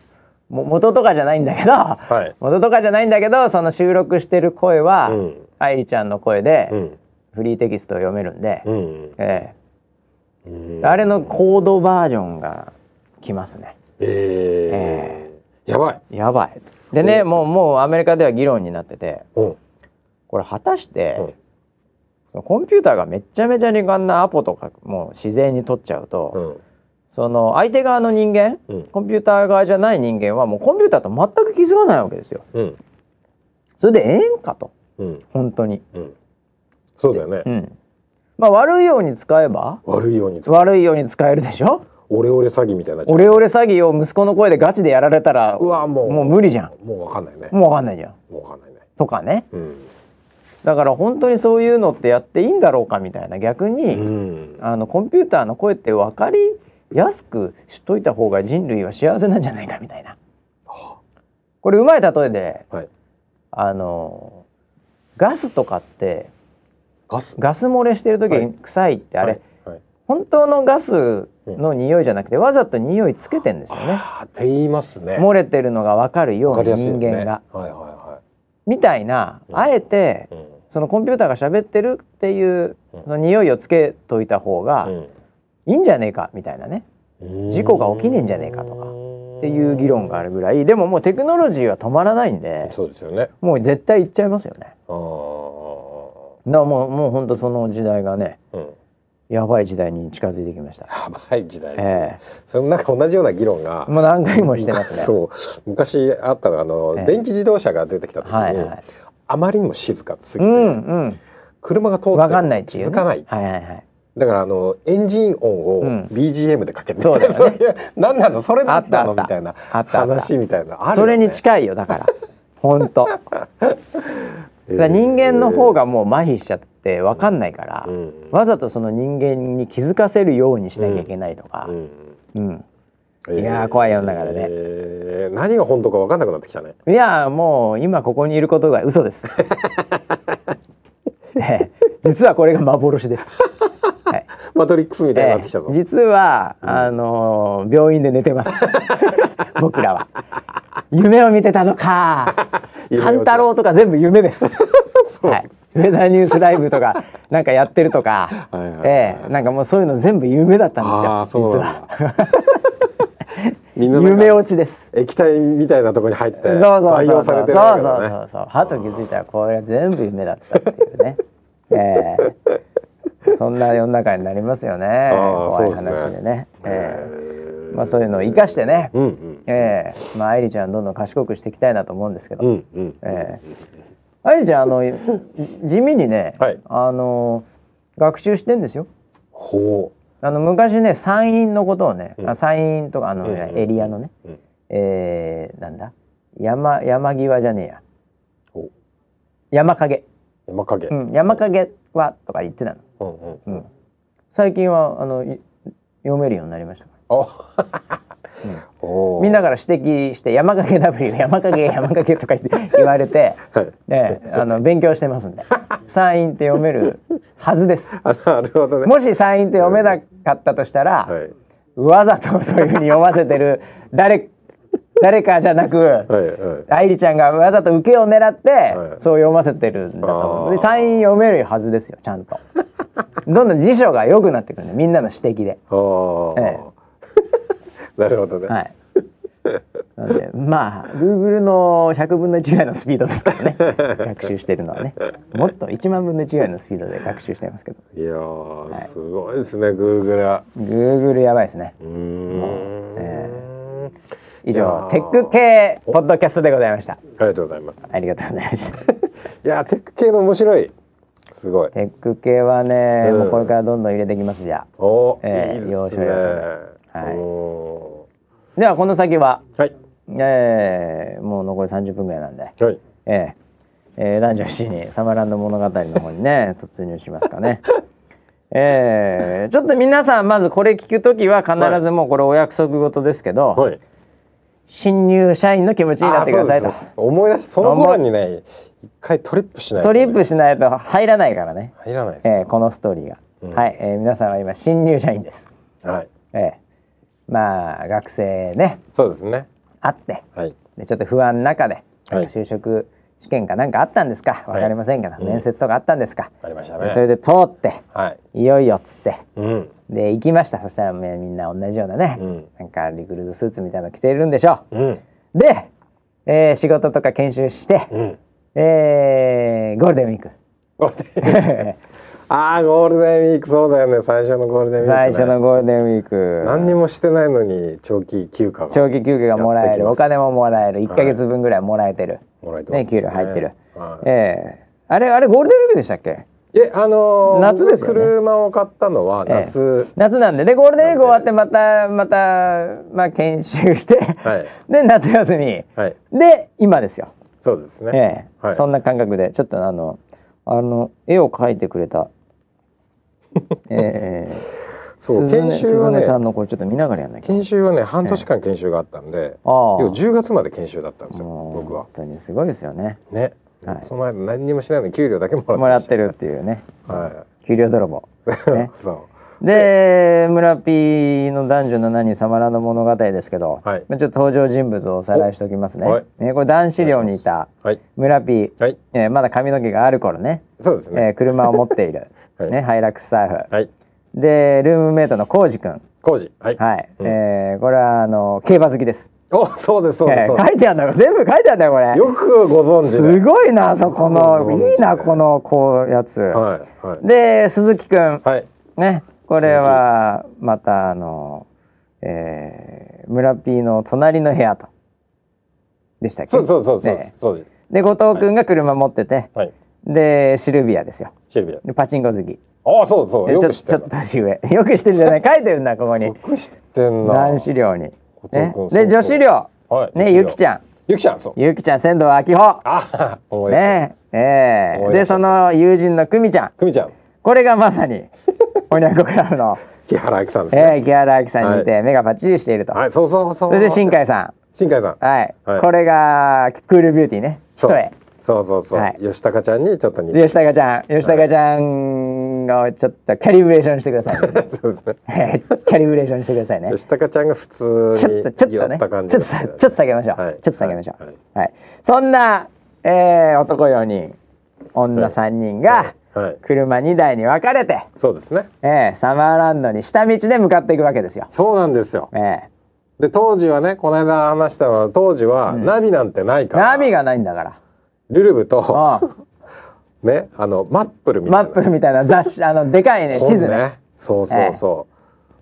A: も元とかじゃないんだけど、
B: はい
A: 元とかじゃないんだけどその収録してる声は
B: うん
A: 愛理、ちゃんの声で。
B: うん
A: フリーテキストを読めるんで、
B: うん
A: え
B: うん
A: え、あれのコードバージョンが来ますね
B: ええやばい
A: やばいでね
B: お
A: もうもうアメリカでは議論になってて
B: うん
A: これ果たして
B: うん、
A: そのコンピューターがめちゃめちゃにあんなアポとかもう自然に取っちゃうと、
B: うん
A: その相手側の人間
B: うん
A: コンピューター側じゃない人間はもうコンピューターと全く気づかないわけですよ
B: うん
A: それでええんかと
B: うん
A: 本当に
B: うんそうだよね
A: うんまあ悪いように使えば
B: 悪いように使う
A: 悪いように使えるでしょ
B: オレオレ詐欺みたいになっちゃう
A: オレオレ詐欺を息子の声でガチでやられたら
B: うわもう
A: もう無理じゃん
B: もうわかんないね
A: もうわかんないじゃん
B: もうわかんないね
A: とかね
B: うん
A: だから本当にそういうのってやっていいんだろうかみたいな逆
B: う
A: に、
B: ん
A: あのコンピューターの声って分かりやすくしといた方が人類は幸せなんじゃないかみたいなこれうまい例えで
B: はい
A: あのガスとかって
B: ガス
A: ガス漏れしてる時
B: はい
A: に臭いってあれ、
B: はいはい
A: 本当のガスの匂いじゃなくてわざと匂いつけてんですよね。
B: あーって言いますね
A: 漏れてるのが分かるよ
B: わ
A: う
B: かり
A: に
B: やすいよ
A: 人
B: ね
A: 間が、
B: はいは
A: みたいな
B: うん
A: あえて
B: いはい
A: そのコンピューターが喋ってるっていう
B: うん
A: その匂いをつけといた方が
B: うん
A: いいんじゃねえかみたいなね
B: うん
A: 事故が起きねえんじゃねえかとかっていう議論があ
B: る
A: るぐらいでももうテクノロジーは止まらないんで
B: そうですよね
A: もう絶対行っちゃいますよね。
B: あ
A: だからもうもう本当その時代がね
B: ーうん
A: やばい時代に近づいてきました。
B: やばい時代ですね、
A: え
B: それもなんか同じような議論が
A: え、もう何回もしてますね。
B: そう昔あったのがあの、
A: ええ
B: 電気自動車が出てきた時に、
A: はいはい。
B: あまりにも静かす
A: う
B: ぎて、
A: んうん。
B: 車が通って
A: わかんないっていう、
B: 気づかない
A: はいはいはい。
B: だからあのエンジン音を
A: うん
B: BGM でかけて、
A: そうだよね
B: いや 何なのそれだったの
A: あったあった
B: みたいな
A: あったあった
B: 話みたいなある
A: そ
B: よね
A: れに近いよだから。本 当。だか
B: えー
A: ら人間の方がもう麻痺しちゃってわかんないから、
B: うん
A: わざとその人間に気づかせるようにしなきゃいけないとか
B: う。ん
A: うん。
B: えー
A: いやー怖い世の中でね
B: えー何が本当か分かんなくなってきたね
A: いやもう今ここにいることが嘘 です。ええ実はこれが幻です。はい。
B: マトリックスみたいになってきたぞ、
A: ええ実は、あのー病院で寝て ます。僕らは。夢を見てたのか。
B: 夢を
A: 勘太郎とか全部夢です。
B: そう
A: はい。ウェザーニュースライブとか、なんかやってるとか。
B: はいはいはい
A: ええなんかもうそういうの全部夢だったん
B: ああ
A: ですよ。
B: そう
A: 実
B: なん
A: は。
B: だみんななんか
A: 夢落ちです。
B: 液体みたいなところに入って
A: そうそう
B: 培
A: そ
B: 養
A: う
B: さ
A: そ
B: れ
A: う
B: てる
A: そ
B: わ
A: う
B: け
A: そう
B: だ
A: そ
B: ね
A: うそうはと気づいたらこれは全部夢だったっていう ね、ええそんな世の中になりますよね
B: ああ
A: 怖い
B: そ
A: 話
B: うで
A: ですねえ
B: え
A: えまあそういうのを生かしてね、
B: うんうん
A: ええまあ愛理ちゃんどんどん賢くしていきたいなと思うんですけど、
B: うんうん
A: ええ愛理ちゃんあ のい地味にね、
B: はい
A: あの学習してんですよ
B: ほ
A: あの昔ね山陰のことをね、
B: うん
A: あ山陰とかあの、
B: うんうんうん
A: エリアのね、
B: ううん
A: えー、なんだ山山際じゃねえや
B: ほ
A: 山陰、
B: う山影
A: うん、山陰はとか言ってたの、
B: うんう
A: う
B: ん
A: ん、最近はあのい読めるようになりましたから
B: あ おー
A: みんなから指摘して山陰 W 山 陰山陰とか言って言われて、ね、あの勉強してますんで山陰って読めるはずです
B: あなるほどね
A: もし山陰って読めなかったとしたら、
B: はい
A: わざとそういうふうに読ませてる誰誰かじゃなく、
B: はいはい
A: 愛理ちゃんがわざと受けを狙って、
B: はい
A: そう読ませてるんだと思
B: あ
A: う
B: ー
A: でサイン読めるはずですよちゃんとどんどん辞書が良くなってくるんでみんなの指摘で
B: あー
A: え
B: なるほどね
A: はいなのでまあ Google の100分の1ぐらいのスピードですからね学習してるのはねもっと1万分の1ぐらいのスピードで学習してますけど
B: いやーすごいですねグーグルは
A: Google やばいですね
B: うーん
A: 以
B: いや
A: 上
B: ー
A: テック系ポッドキャストでございました
B: ありがとうございます
A: ありがとうございました
B: いやーテック系の面白いすごい
A: テック系はね、
B: うん
A: もうこれからどんどん入れていきますじゃ
B: おー、
A: ええ
B: いいで
A: 要
B: す
A: 所
B: ね
A: 要所ではい
B: お
A: あではこの先は
B: ーはい
A: えー、もう残り30分ぐらいなんで、
B: はい
A: えーえー男女7人サマーランド物語の方に ね突入しますかね。えー、ちょっと皆さんまずこれ聞くときは必ずもうこれお約束事ですけど、
B: はい
A: 新入社員の気持ちになってください
B: あ
A: と
B: ーそうです思い出しその頃にね一回トリップしないと
A: ト
B: ね、
A: リップしないと入らないからね、
B: 入らないです
A: えー
B: よ、
A: このストーリーが、
B: うん
A: はい、えー皆さんは今新入社員です、
B: はい
A: えー、まあ学生ね
B: そうですね
A: あって
B: はい
A: でちょっと不安の中で、
B: はい
A: 就職試験かなんかあったんですかわかりませんけど、
B: はいうん
A: 面接とかあったんですか、
B: ありました
A: でそれ
B: ね
A: で通って
B: はい
A: いよいよっつって
B: うん
A: で行きましたそしたらみんな同じようなね、
B: うん
A: なんかリクルートスーツみたいなの着てるんでしょ
B: うん
A: うで、えー仕事とか研修して、
B: うん
A: えーゴールデンウィーク
B: ゴールデンウィークああゴールデンウィークそうだよね最初のゴールデンウィーク、ね、
A: 最初のゴールデンウィーク
B: 何にもしてないのに長期休暇が
A: 長期休暇がもら
B: や
A: え
B: ってき
A: る
B: ま
A: お
B: す
A: 金ももらえる1か月分ぐらいもらえてる、
B: もらえてます
A: ね給料入ってる、
B: はい
A: えーあれあれゴールデンウィークでしたっけ
B: えあのー、
A: 夏ですよね
B: 僕車を買ったのは夏、
A: 夏なんででゴールデンウィーク終わってまたまたまあ研修して、
B: はい
A: で夏休み、
B: はい
A: で今ですよ、
B: そうですね、
A: ええ
B: はい
A: そんな感覚でちょっとあ のあの絵を描いてくれたええ
B: そう
A: 鈴音
B: 研修は
A: 鈴音
B: ね
A: さんのこれちょっと見ながらやんなきゃ
B: 研修はね半年間研修があったんで、
A: ああ
B: 要は10月まで研修だったんですよ
A: もう
B: 僕は
A: 本。当にすごいですよね
B: ね、
A: はい
B: その間何にもしないのに給料だけもらって
A: もら
B: ま
A: っ
B: して
A: るっていうね
B: た。は
A: 給料泥棒、
B: い、
A: ね
B: そ
A: で村 P の男女7人サマラの物語ですけど、
B: はい
A: まあちょっと登場人物をおさらいしておきますね、
B: おはい
A: えーこれ男子寮にいた
B: う。はい。
A: 村 P、
B: はい。
A: えーまだ髪の毛がある頃ね、
B: そうです
A: え
B: ね。
A: ー車を持っている、
B: はい
A: ね、ハイラックスサーフ、
B: はい。
A: でルームメイトのコウジ君
B: 工事。はい。
A: はい、
B: うん
A: えーこれはあの競馬好きです
B: お、そうです。そうです。
A: え
B: そう
A: ー
B: で
A: 書いてあるんだよ全部書いてあるんだよこれ
B: すよくご存知
A: す
B: で。
A: ごいなそこ
B: そう
A: の
B: そうそう
A: いいなこのこうやつ、
B: はい。はい。
A: で鈴木くん、
B: はい。
A: ねこれはまたあの、えー、村 P の隣の部屋とでしたっけ
B: そうそうそうそう
A: ね。
B: そうです。
A: で後藤くんが車持ってて、
B: はい。
A: でシルビアですよ
B: シルビア。
A: でパチンコ好き
B: ああ、そうそう。
A: で
B: よ
A: ちょ
B: く
A: っと
B: 知っ
A: ち
B: て
A: ょ
B: ん
A: っと
B: な。
A: 年上 よく知ってるじゃない書いてるんだここに
B: よく知ってんな。
A: 男子寮に、ね
B: 後、藤
A: で
B: 君
A: 女子寮、
B: はい
A: ねゆきちゃん
B: ゆきちゃん、そう。
A: ゆきちゃん仙道明穂
B: あ、思い出した。
A: ねええ
B: 思い
A: で
B: 出した
A: その友人の久美ちゃん
B: 久美ちゃん。
A: これがまさにおにゃんこクラブ の、
B: 木原明さんです
A: え
B: ね。
A: ー、木原明さんに似て目がパッチリしていると、
B: はい、そうそうそう。
A: それで新海さ
B: 新海さん。
A: んはい、
B: はい
A: これがクールビューティーね一
B: そう
A: 重
B: そうそうそう、
A: はい
B: 吉高ちゃんにちょっと似てる。
A: 吉高ちゃん吉高ちゃんがちょっとキャリブレーションしてください、
B: そうですね。
A: えーキャリブレーションしてくださいね
B: 吉高ちゃんが普通
A: ちょっとちょっ
B: に
A: と
B: や
A: ね
B: っ
A: ちょ
B: た
A: っと
B: 感
A: ち
B: じ
A: ょ
B: だ
A: っ
B: ったよね、
A: と下げましょう、
B: はい
A: ちょっと下げましょう
B: はい
A: はい、そんな、えー男4人女3人が
B: はいはい
A: 車2台に分かれて、
B: そうですね。
A: えーサマーランドに下道で向かっていくわけですよ。
B: そうなんですよ。
A: え
B: で当時はねこの間話したのは当時はナビなんてない
A: ー、
B: から、
A: ナビがないんだから。
B: ルルブと
A: うん
B: ねあのマップルみた
A: マ
B: い
A: ッ
B: な
A: プみたいな雑誌、あのでかいね
B: 本
A: 地図ね。
B: そうそうそ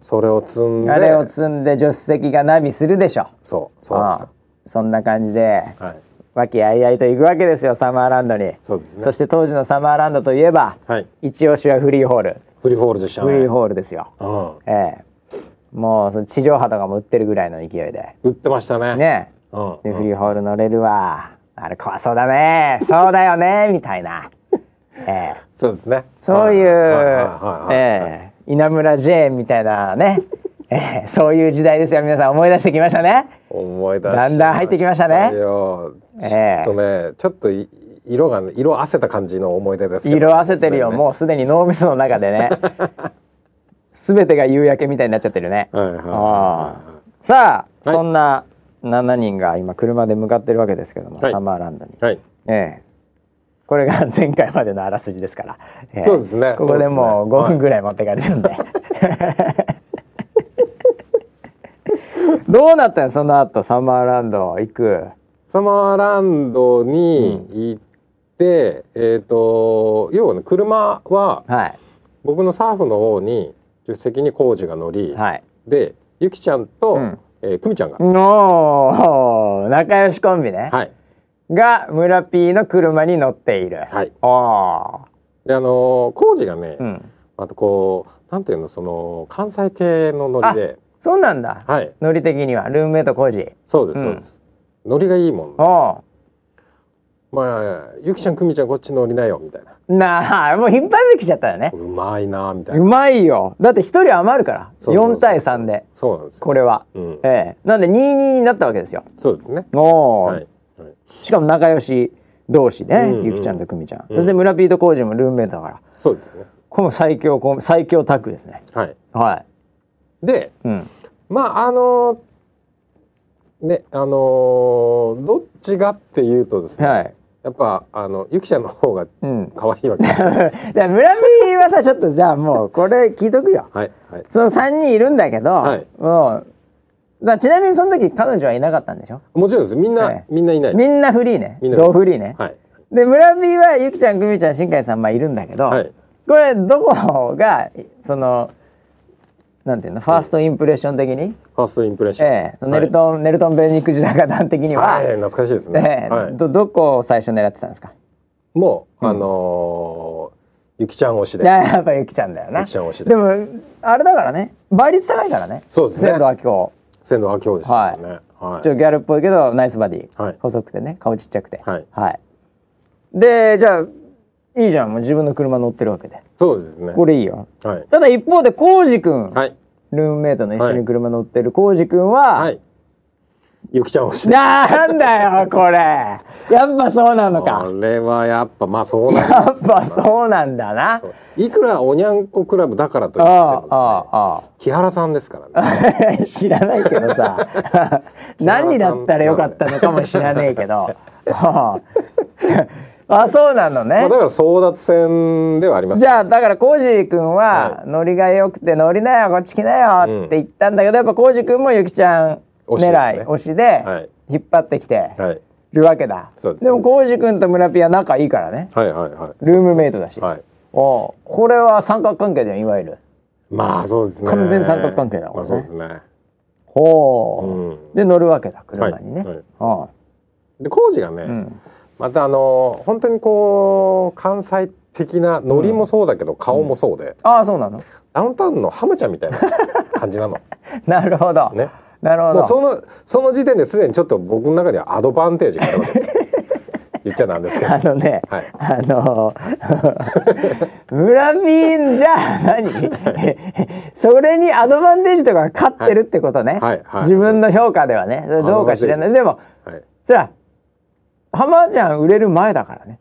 B: う、それを積んで
A: あれを積んで助手席がナビするでしょ。
B: そうそうなんです
A: んそんな感じで
B: よ、はい
A: 和気あいあいと行くわけですよサマーランドに。
B: そうですね
A: そして当時のサマーランドといえば、
B: はい
A: 一押しはフリーホール、
B: フリーホールでした
A: フリー
B: ね
A: ホールですよ。
B: うん
A: ええもうその地上波とかも売ってるぐらいの勢いで。
B: 売ってましたね
A: ね。
B: うん
A: でフリーホール乗れるわあれ怖そうだねそうだよねみたいな、ええ
B: そうですね
A: そういう
B: はいはいはいはい
A: ええ稲村ジェーンみたいな ね、ええそういう時代ですよ皆さん思い出してきましたね
B: 思い出し
A: だんだん入ってきましたね
B: よちょ
A: ええ
B: っとね、ちょっとい色がね色あせた感じの思い出ですけど、
A: 色あせてるよ
B: ね
A: もうすでに脳みその中で ね全てが夕焼けみたいになっちゃってるね、
B: はいはいはいはい
A: ああさあ、
B: はい
A: そんな7人が今車で向かってるわけですけども、
B: はい
A: サマーランドに。
B: はい
A: ええ、これが前回までのあらすじですから、ええ
B: そうですね
A: ここでもう5
B: そうですね
A: 分ぐらい持ってかれてるん で、どうなったのその後サマーランド行く
B: サマーランドに行って、えっ、と要はね車は
A: は
B: 僕のサーフの方に助手席に工事が乗り、
A: いはい
B: でゆきちゃんと、
A: うん
B: えー、久美ちゃんが、
A: おー仲良しコンビね、
B: はい
A: が村 P の車に乗っている、
B: はい
A: おお
B: であのー工事がね、
A: ー、うん、
B: あとこうなんていうのその関西系のノリで
A: そうなんだ、
B: はい
A: ノリ的にはルームメイト工事
B: そうです
A: うん
B: そうです、ノリがいいもん
A: おお
B: まあゆきちゃん久美ちゃんこっち乗りなよみたいな
A: ーなあもう引っ張ってきちゃったよね
B: うまいなみたいうな
A: まいよだって一人余るから
B: そうそうそう
A: 4対3で
B: そうなんですよ
A: これは、
B: うん
A: ええなんで22になったわけですよ
B: そうですね
A: おお、
B: はいはい
A: しかも仲良し同士ね、
B: うんうん
A: ゆきちゃんとくみちゃん、
B: うん
A: そして村ピート工事もルームメイトだから
B: そうですね
A: この最強コン最強タッグですね
B: はい
A: は
B: で
A: い、うん、
B: まああのねあのーどっちがっていうとですね、
A: はい
B: やっぱあのゆきちゃんの方が
A: うん
B: 可愛い わけです、
A: だから村ピーはさちょっとじゃあもうこれ聞いとくよ
B: はいはい
A: その3人いるんだけど、
B: はい
A: もうだからちなみにその時彼女はいなかったんでしょ
B: もちろんですみんな、
A: はい
B: みんないない
A: みんなフリーね
B: みんな
A: 同フリーね、
B: はい
A: で村 B はゆきちゃん久美ちゃん新海さんまあいるんだけど、
B: はい
A: これどこがそのなんていうのファーストインプレッション的に、
B: ファーストインプレッション、
A: ええネルトン、ネルトン・ベニクジラガダン的には、
B: はい、はい、懐かしいです
A: え
B: ね、
A: え
B: はい、
A: どどこを最初狙ってたんですか
B: もうあのーゆきちゃん推し
A: い
B: で
A: や やっぱゆきちゃんだよな
B: ゆきちゃん推しで
A: でもあれだからね倍率高いからね
B: そうですね
A: 仙道明子
B: 千堂明夫でしたよねは
A: ち
B: い、
A: ょっとギャルっぽいけどナイスバディ、
B: はい
A: 細くてね顔ちっちゃくて
B: はい
A: でじゃあいいじゃんもう自分の車乗ってるわけで
B: そうですね
A: これいいよ
B: はい
A: ただ一方で浩二くん、
B: はい
A: ルームメイトの一緒に車乗ってる浩二くんは、
B: はいゆきちゃんをして
A: なんだよこれやっぱそうなの
B: こ
A: か
B: れはやっぱまあそうなん
A: やっぱそうなんだな
B: そういくらおにゃんこクラブだからとい
A: あ
B: って
A: あ
B: もですね
A: あ
B: 木原さんですからね
A: あ あ知らないけど さ何だったらよかったのかも知らねえけどあああそうなの
B: まあ
A: ね
B: だから争奪戦ではあります
A: じ
B: ね
A: ゃあだから浩二君は
B: は
A: ノリが良くて「ノリなよこっち来なよ」って言ったんだけどやっぱ浩二君もゆきちゃん
B: 推しですね
A: 狙い推し
B: はい
A: で引っ張ってきて
B: はい
A: るわけだ
B: そうですね
A: でも浩二君と村ピは仲いいからね
B: はいはいは
A: ルームメイトだし
B: いはい
A: おうこれは三角関係だよいわゆる
B: まあそうですね
A: 完全三角関係だもんね
B: まあそうですね
A: ほう、
B: うん
A: で乗るわけだ車にね、
B: はいはい
A: おう
B: で工事がね、
A: ん
B: またあのー本当にこう関西的なノリもそうだけど、顔もそうで、
A: ああそうなの
B: ダウンタウンのハムちゃんみたいな感じなの
A: なるほど、
B: ね
A: なるほ
B: もう
A: ど
B: そのその時点ですでにちょっと僕の中ではアドバンテージがあるわけ ですよ言っちゃなんですけど
A: あのね、
B: はい
A: あの ー、村民じゃあ何 それにアドバンテージとかが勝ってるってことね、
B: はいはい
A: 自分の評価ではねそれどうか知らないでも
B: はい
A: そら浜ちゃん売れる前だから ね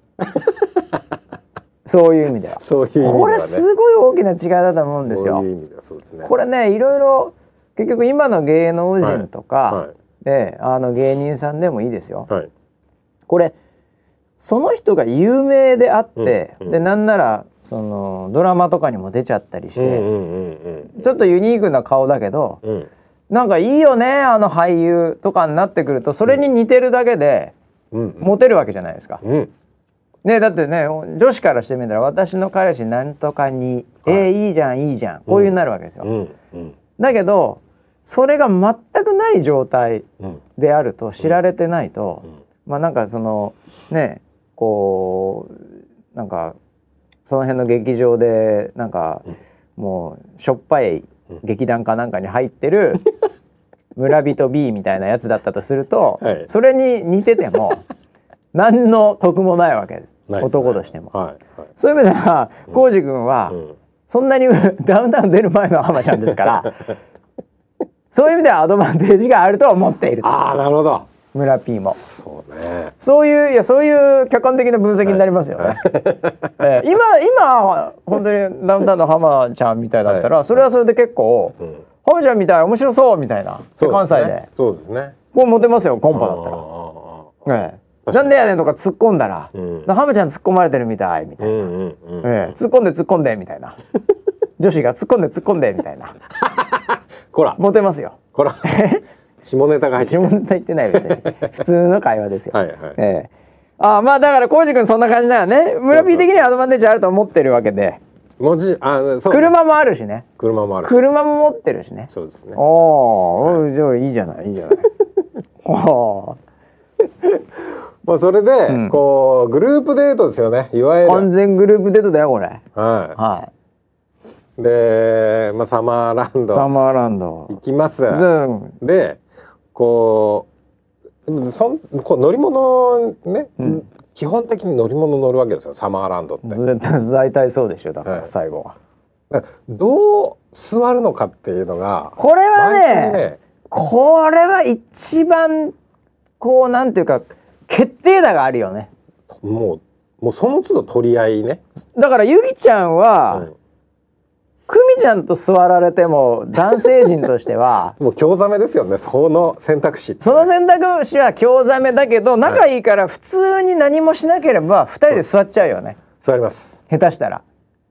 A: そういう意味では
B: そういう意味ではね
A: これすごい大きな違いだと思うんですよ
B: そういう意味ではそうですね
A: これねいろいろ結局今の芸能人とか、
B: はいはい
A: であの芸人さんでもいいですよ。
B: はい
A: これその人が有名であって、
B: うんうん
A: でなんならそのドラマとかにも出ちゃったりして、
B: うんうんうんうん
A: ちょっとユニークな顔だけど
B: うん
A: なんかいいよねあの俳優とかになってくるとそれに似てるだけで
B: うん
A: モテるわけじゃないですか。
B: うん
A: ねだってね女子からしてみたら私の彼氏なんとかに、
B: はい
A: えーいいじゃんいいじゃんこういうになるわけですよ。
B: うんうん
A: だけどそれが全くない状態
B: うん
A: であると知られてないと、
B: ん
A: まあなんかそのねこうなんかその辺の劇場でなんか、もうしょっぱい劇団かなんかに入って る村人 B みたいなやつだったとすると、
B: はい
A: それに似てて も何の得もないわけです
B: ないですね
A: 男としても。
B: はいはい
A: そういう意味では浩司君は、
B: うん
A: そんなに ダウンタウン出る前の浜ちゃんですから そういう意味ではアドバンテージがあると思っていると
B: ああなるほど
A: 村 P も
B: そうね
A: そういういやそういう客観的な分析になりますよね、え え今今本当にダウンタウンの浜ちゃんみたいだったら、
B: はい
A: それはそれで結構、
B: ん
A: 浜ちゃんみたい面白そうみたいな、
B: そう
A: 関
B: すね
A: 西で
B: そうですね
A: もうモテますよコンパだっ
B: あ
A: た
B: あああ
A: ら、ええなんでやねんとか突っ込んだら、
B: うん
A: 浜ちゃん突っ込まれてるみたいみたいな
B: う、んうんうん
A: ええ突っ込んで突っ込んでみたいな女子が突っ込んで突っ込んでみたいな
B: こら
A: モテますよ
B: こら下ネタが入って
A: 自
B: る
A: 分で言ってない別 に普通の会話ですよ。
B: はいはい
A: ええあまあだから浩二君そんな感じだよね村 P 的にはアドバンテージあると思ってるわけで
B: 文字あそう
A: 車もあるしね
B: 車もあるし
A: 車も持ってるしね
B: そうですね
A: おお、じゃあいいじゃないいいじ ゃないおお
B: まあそれで、こうグループデートですよねいわゆ
A: 完
B: る
A: 全グループデートだよこれ
B: は
A: はい
B: でまあサマーラン
A: いサ
B: ド
A: マーランド
B: 行きます
A: うん
B: でこうそんこう乗り物ね、基本的に乗り物乗るわけですよサマーランドって、
A: 絶対大体そうでしょだか
B: は
A: ら
B: い
A: 最後は、
B: どう座るのかっていうのが
A: これは
B: 毎
A: ね
B: 回ね
A: これは一番こうなんていうか決定打があるよね
B: もうもうその都度取り合いね、
A: だからゆきちゃんは、
B: うん
A: 久美ちゃんと座られても男性陣としては
B: もう興ざめですよねその選択肢って
A: その選択肢は興ざめだけど仲いいから普通に何もしなければ2人で座っちゃうよね
B: 座ります
A: 下手したら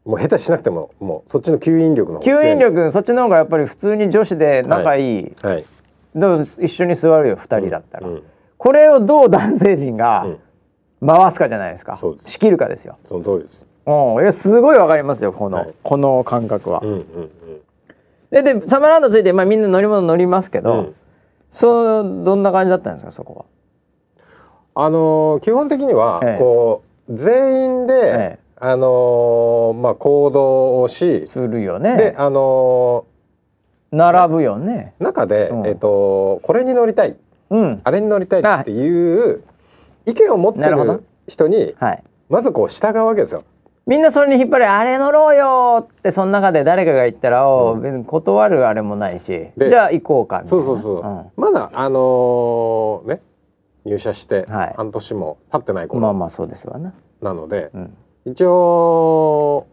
B: もう下手しなくてももうそっちの吸引力の方
A: 吸
B: が強い
A: 引力そっちの方がやっぱり普通に女子で仲いい、
B: はい
A: でも一緒に座るよ2人だったら、
B: うん
A: これをどう男性陣が
B: ん
A: 回すかじゃないですか、
B: そうです
A: 仕切るかですよ
B: その通りです
A: うんいやすごいわかりますよこの、
B: はい
A: この感覚は
B: う、んうん
A: ででサマーランドついて、まあ、みんな乗り物乗りますけど、
B: うん
A: そうどんな感じだったんですかそこは
B: あのー基本的には、
A: ええ
B: こう全員で、
A: ええ
B: あのーまあ行動をし、
A: するよね
B: であの
A: 並ぶよね。
B: ー中で、
A: うん
B: えっとこれに乗りたい
A: うん。
B: あれに乗りたいっていう意見を持って
A: なるほど
B: る人に
A: はい。
B: まずこう従うわけですよ。
A: みんなそれに引っ張れあれ乗ろうよってその中で誰かが言ったら、おう別に断るあれもないし
B: で
A: じゃあ行こうかみたい
B: そう
A: な
B: そうそう、まだあのーね入社して
A: はい
B: 半年も経ってない
A: ん、まあ
B: 頃
A: まあそうですわな、
B: なので、
A: うん、
B: 一応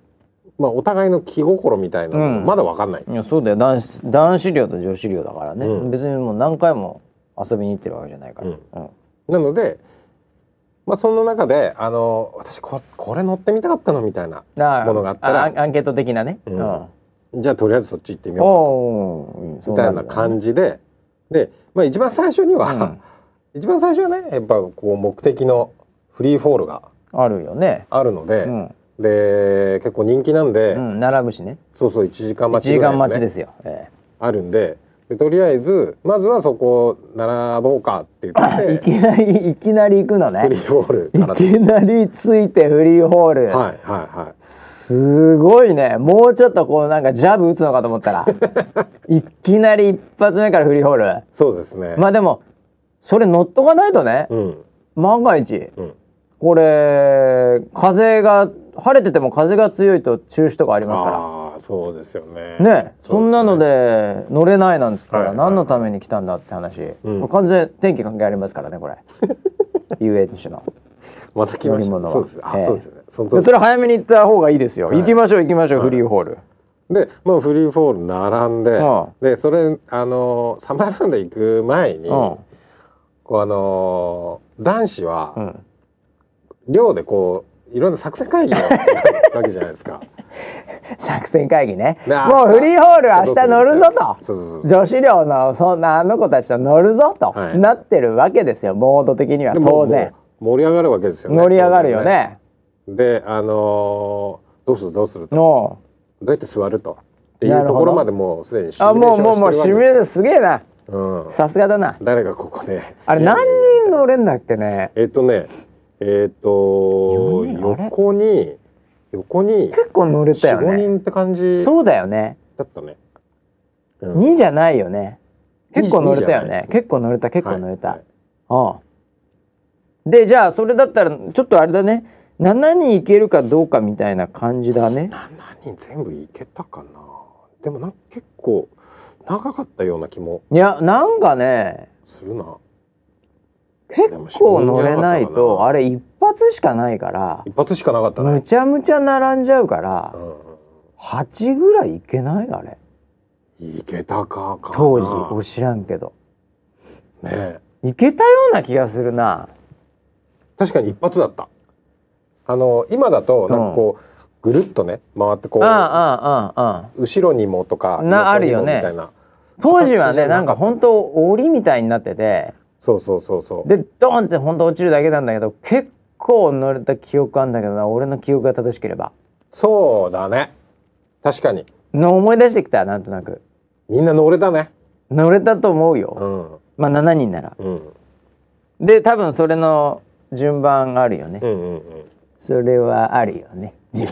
B: まあお互いの気心みたいなのも
A: うん
B: まだわかんない、
A: いやそうだよ男子男子寮と女子寮だからね、
B: うん
A: 別にもう何回も遊びに行ってるわけじゃないから、
B: う
A: うんん
B: なのでまあその中であのー私ここれ乗ってみたかったのみたいな
A: だから
B: ものがあったら
A: アンアンケート的なね、
B: う
A: うんん
B: じゃあとりあえずそっち行ってみよ
A: おーうん
B: うみたいな感じで、で、まあ、一番最初には、
A: そうなるよね
B: 一番最初はねやっぱこう目的のフリーフォールが
A: うんあるよね、
B: あるので、
A: うん
B: で結構人気なんで、
A: うん、並ぶしね
B: そうそう1時間
A: 1
B: 待ちぐ
A: 時
B: らい
A: 間
B: の
A: 待ち
B: ね
A: ですよ、え
B: あるんででとりあえずまずはそこ並ぼうかって言 っ
A: えい
B: て
A: きなりいきなり行くの
B: フリ
A: ね
B: ーフォール
A: い
B: からで
A: き
B: す
A: なりついてフリーホール、
B: はいはいはい
A: すごいねもうちょっとこうなんかジャブ打つのかと思 ったらいきなり一発目からフリーホール
B: そうですね、
A: まあでもそれ乗っとかないとね、
B: うん
A: 万が一
B: うん
A: これ風が晴れてても風が強いと中止とかありますか
B: ああそうですよね
A: らね
B: うです
A: そんなので乗れないなんつった
B: はい
A: ら
B: はい
A: 何のために来たんだって話、
B: うん
A: もう完全に天気関係ありますからね これ遊園地の
B: また来まし
A: 乗り物
B: た
A: は
B: そうですあ、
A: ええ
B: そうですねその
A: で
B: 時
A: それ早めに行った方がいいですよ、
B: はい
A: 行きましょう行きましょう、フリーホール
B: でまあフリーフォール並んで、
A: うん
B: でそれあのーサマーランド行く前に、
A: うん
B: こうあのー男子
A: う
B: は
A: ん
B: 寮でこういろんな作戦会議をするわけじゃないですか。
A: 作戦会議ね
B: で
A: もうフリーホール明日乗るぞと
B: そうそうそう
A: 女子寮のそんなあの子たちと乗るぞと、
B: はい
A: なってるわけですよモード的には
B: でも
A: 当然
B: もう盛り上がるわけですよね
A: 乗り上がるよね
B: 当然ねであのーどうするどうするとど
A: の
B: うやって座るとってい
A: な
B: う
A: る
B: と
A: ほど
B: ころまでもうすでにシミ
A: あ
B: ュレー
A: もう
B: シ
A: も
B: ョン
A: うもう
B: し
A: シ
B: て
A: ミュ
B: るわ
A: レ
B: け
A: ー
B: です
A: すげえな
B: よ、うん、
A: さすがだな
B: 誰がここで
A: あれ何人乗れんだっけね
B: えっとねえっと
A: 四人あれ
B: 横に横に
A: 結構乗れたよ
B: 45
A: ね
B: 人って感じ
A: そうだよね
B: だったね、うん
A: 2じゃないよね結構乗れたよ
B: 二じゃないで
A: ね
B: す
A: 結構乗れた結構乗れた、
B: はいはい
A: うんでじゃあそれだったらちょっとあれだね7人いけるかどうかみたいな感じだね
B: 7人全部いけたかなでもなんか結構長かったような気も
A: いやなんかね
B: するな
A: 結構乗れない
B: でも死んじゃうか
A: と
B: な
A: あれ一発しかないから
B: 一発しかなかった
A: む
B: ね、
A: ちゃむちゃ並んじゃうから
B: うん
A: 8ぐらいいけないあれ
B: うん、いけたかかな
A: 当時お知らんけど
B: ねえ
A: いけたような気がするな
B: 確かに一発だったあの今だとなんかこう、ぐるっとね回ってこ
A: うんうんう
B: う
A: んうん
B: 後ろにもとか
A: な
B: 横にも
A: あるよね
B: みたいな
A: 当時は
B: 形じゃなかった
A: ねなんか本当檻みたいになってて
B: そうそうそうそう
A: でドーンって本当落ちるだけなんだけど結構乗れた記憶あんだけどな俺の記憶が正しければ
B: そうだね確かに
A: の思い出してきたなんとなく
B: みんな乗れたね
A: 乗れたと思う
B: う
A: よ
B: ん
A: まあ7人なら
B: うん
A: で多分それの順番あるよね
B: うんうんうん
A: それはあるよね順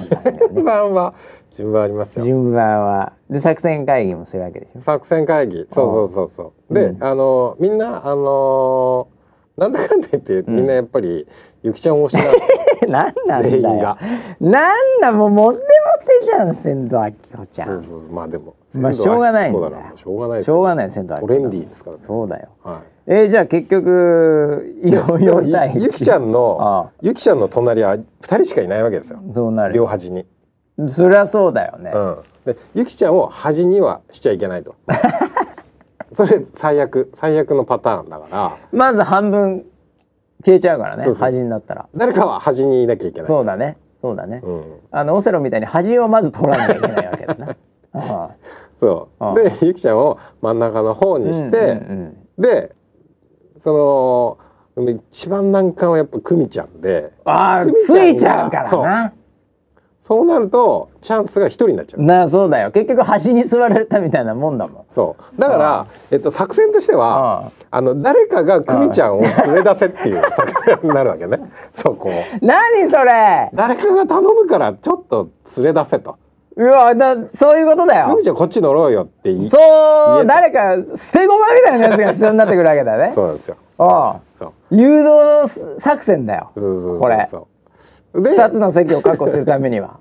A: 番 がね
B: 順番は順番ありますよ
A: 順番はで作戦会議もするわけでし ょ
B: 作戦会議そうそうそうそうで、
A: うん
B: あのみんなあのなんだかんだ言ってみんなやっぱり、ゆきちゃん推しなんです
A: 何
B: よ
A: なんだ
B: 全員が
A: よ。なんだもうモテモテじゃん仙道明子ちゃ。
B: そうんそうそうまあでも
A: まあしょうがないんだ
B: そ
A: よ
B: うだからしょうがないです
A: し
B: よ
A: ょうがない仙道明
B: ト
A: 子。
B: レンディーですからね
A: そうだよ。
B: はい
A: えー、じゃあ結局
B: でも
A: 44対
B: ゆゆきちゃん の
A: あ
B: ゆきちゃんの隣は二人しかいないわけですよ
A: そうなる
B: 両
A: よ。
B: 端に、
A: そりゃそうだよね。
B: うん、でゆきちゃんを端にはしちゃいけない とそれ最悪最悪のパターンだから
A: まず半分消えちゃうからね
B: そうそうそう
A: 端になったら。
B: 誰かは端にいなきゃいけない
A: そうだねそうだね。
B: うん、
A: あのオセロみたいに端をまず取らなきゃいけないわけだ な。あ
B: そう
A: うん
B: でゆきちゃんを真ん中の方にして、
A: うん
B: でその一番難関はやっぱ久美ちゃんで
A: ああ
B: ふみちゃん
A: つ
B: が
A: いちゃうからな。
B: そうなるとチャンスが一人になっちゃう。
A: なそうだよ結局端に座られたみたいなもんだもん。
B: そうだから、えっと、作戦としては
A: ああ
B: あの誰かが久美ちゃんを連れ出せっていう作戦になるわけねそこを
A: 何それ
B: 誰かが頼むからちょっと連れ出せと
A: うわだそういうことだ
B: 久
A: よ
B: 美ちゃんこっち乗ろうよって言い
A: そう
B: 家
A: 誰か捨て駒みたいなやつが必要になってくるわけだね
B: そうなんですよ
A: ああ
B: そう
A: 誘導作戦だよ
B: そうそうそうそう
A: これ
B: そうで
A: 2つの席を確保するためには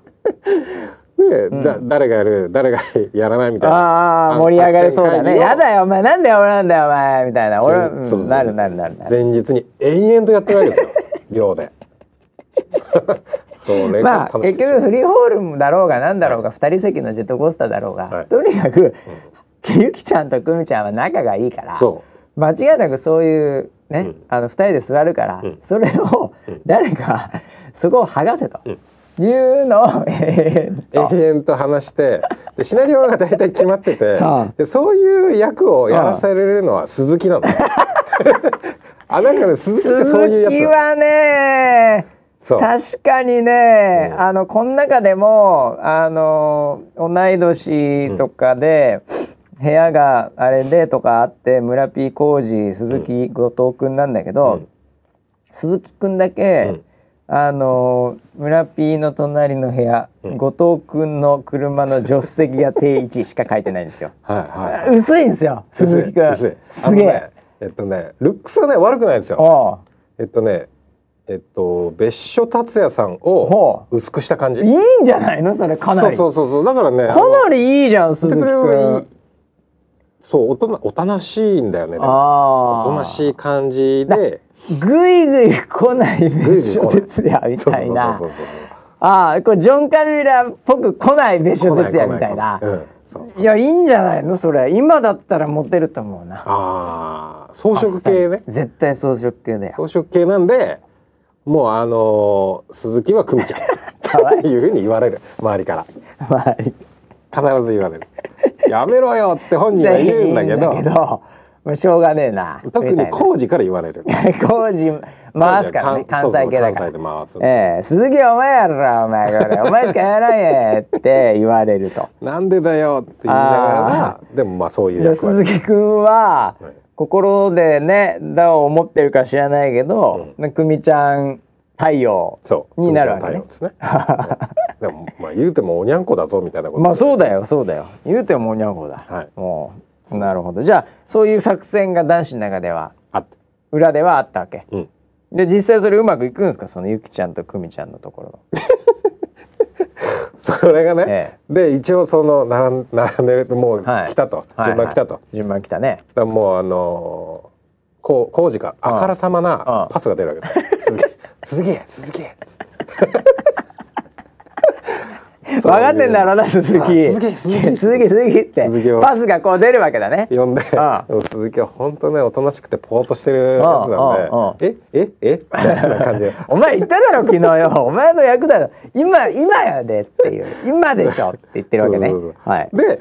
B: で、だ誰がやる誰がやらないみたいな
A: ああ
B: あの
A: 盛り上がりそうだ
B: 作戦会
A: ね
B: 議を
A: やだよお前なんだよ俺なんだよお前みたいな俺、
B: 全
A: うん
B: そうそうそう
A: なるなるなるなる
B: 前日に延々とやってるわけ ですよ寮でそれが
A: まあ
B: 楽しい
A: 結
B: ですよ、
A: 局フリーホールだろうがなんだろうが、二人席のジェットコースターだろうが、
B: はい
A: とにかく、ゆきちゃんとくみちゃんは仲がいいから
B: そ
A: 間違いなくそういうね、
B: うん
A: あの二人で座るから、
B: うん
A: それを誰か、そこを剥がせと、いうのをえーっと
B: 永遠と話してでシナリオが大体決ま ってて
A: ああ
B: でそういう役をやらされるのは鈴木な の あなんかね鈴木ってそういう
A: 鈴木
B: や
A: はね
B: そう
A: 確かにね、あのこの中でもあの同い年とかで、部屋があれでとかあって村 P 浩二鈴木後藤くんなんだけど、
B: うん
A: 鈴木くんだけ、あの村 P の隣の部屋、
B: うん
A: 後藤くんの車の助手席が定位置しか書いてないん ですよ。
B: つはいはい
A: 薄いんですよ鈴木くん。
B: 薄い
A: す
B: 薄いあの
A: げえ。
B: ねえっとねルックスはね悪くないんですよ
A: おう
B: えっとねえっと別所達也さん
A: ほ
B: を薄くした感じ
A: いいんじゃないのそれかな
B: そう
A: り。
B: そうそうそうだからねあの
A: かなりいいじゃん鈴木く
B: それは
A: ん
B: いい。そうおとなおたなしいんだよねでも
A: あ
B: お
A: あ。
B: となしい感じで
A: ぐいぐい来ない別所哲也み
B: そう
A: たいな
B: そう。そうそうそう
A: ああ、これジョン・カミラっぽく来ない別所哲也みたいな
B: 来。来来うん、そう
A: いや、いいんじゃないのそれ。今だったらモテると思うな。
B: ああ装飾系ね
A: 絶対装飾系だよ。
B: 装飾系なんでもうあのー鈴木は久美ちゃんっていうふうに言われる周りから
A: まあ、
B: 必ず言われる「やめろよ」って本人は言うんだけ
A: いいん
B: ど
A: まあ、しょうがねえな。
B: 特
A: みた
B: に
A: いな
B: 工事から言われる
A: 工事回すからね
B: 関
A: 関
B: そうそう
A: 西系だか
B: 関西で
A: ら
B: 回す
A: ええ鈴木お前やろお前これお前しかやらんやって言われると
B: なんでだよって言いながらでもまあそういう
A: じゃあ
B: 役割
A: 鈴木君は
B: はい
A: 心でねどう思ってるか知らないけど、久美ちゃん太陽
B: そう
A: になるわけ
B: 久
A: ね
B: 美ちゃん対応ですね でもまあ言うてもおにゃんこだぞみたいなこと
A: まあそうだよそうだよ言うてもおにゃんこだ、
B: はい
A: もうなるほどじゃあそういう作戦が男子の中では
B: あって
A: 裏ではあったわけ
B: うん
A: で実際それうまくいくんですかそのゆきちゃんと久美ちゃんのところの
B: それがね、
A: え
B: で一応その並ん 並んでるともう
A: はい
B: 来たと、
A: はい
B: 順番来たと、
A: 順番来たね
B: だからもうあのー、こう工事からあからさま
A: あ
B: な
A: あ
B: パスが出るわ けですよ鈴木鈴木鈴木つって
A: 分かってんだろうな鈴木
B: あ鈴木鈴 木
A: 鈴木鈴木って
B: 鈴木を
A: パスがこう出るわけだね
B: 呼んで
A: ああ
B: でも鈴木は本当ねおとなしくてポーっとしてるやつ
A: あああ
B: な
A: あ
B: んで「えええみたいな 感じで
A: お前言っただろ昨日 よお前の役だろ今今やでっていう今でしょって言ってるわけね
B: そうそうそう
A: はい
B: で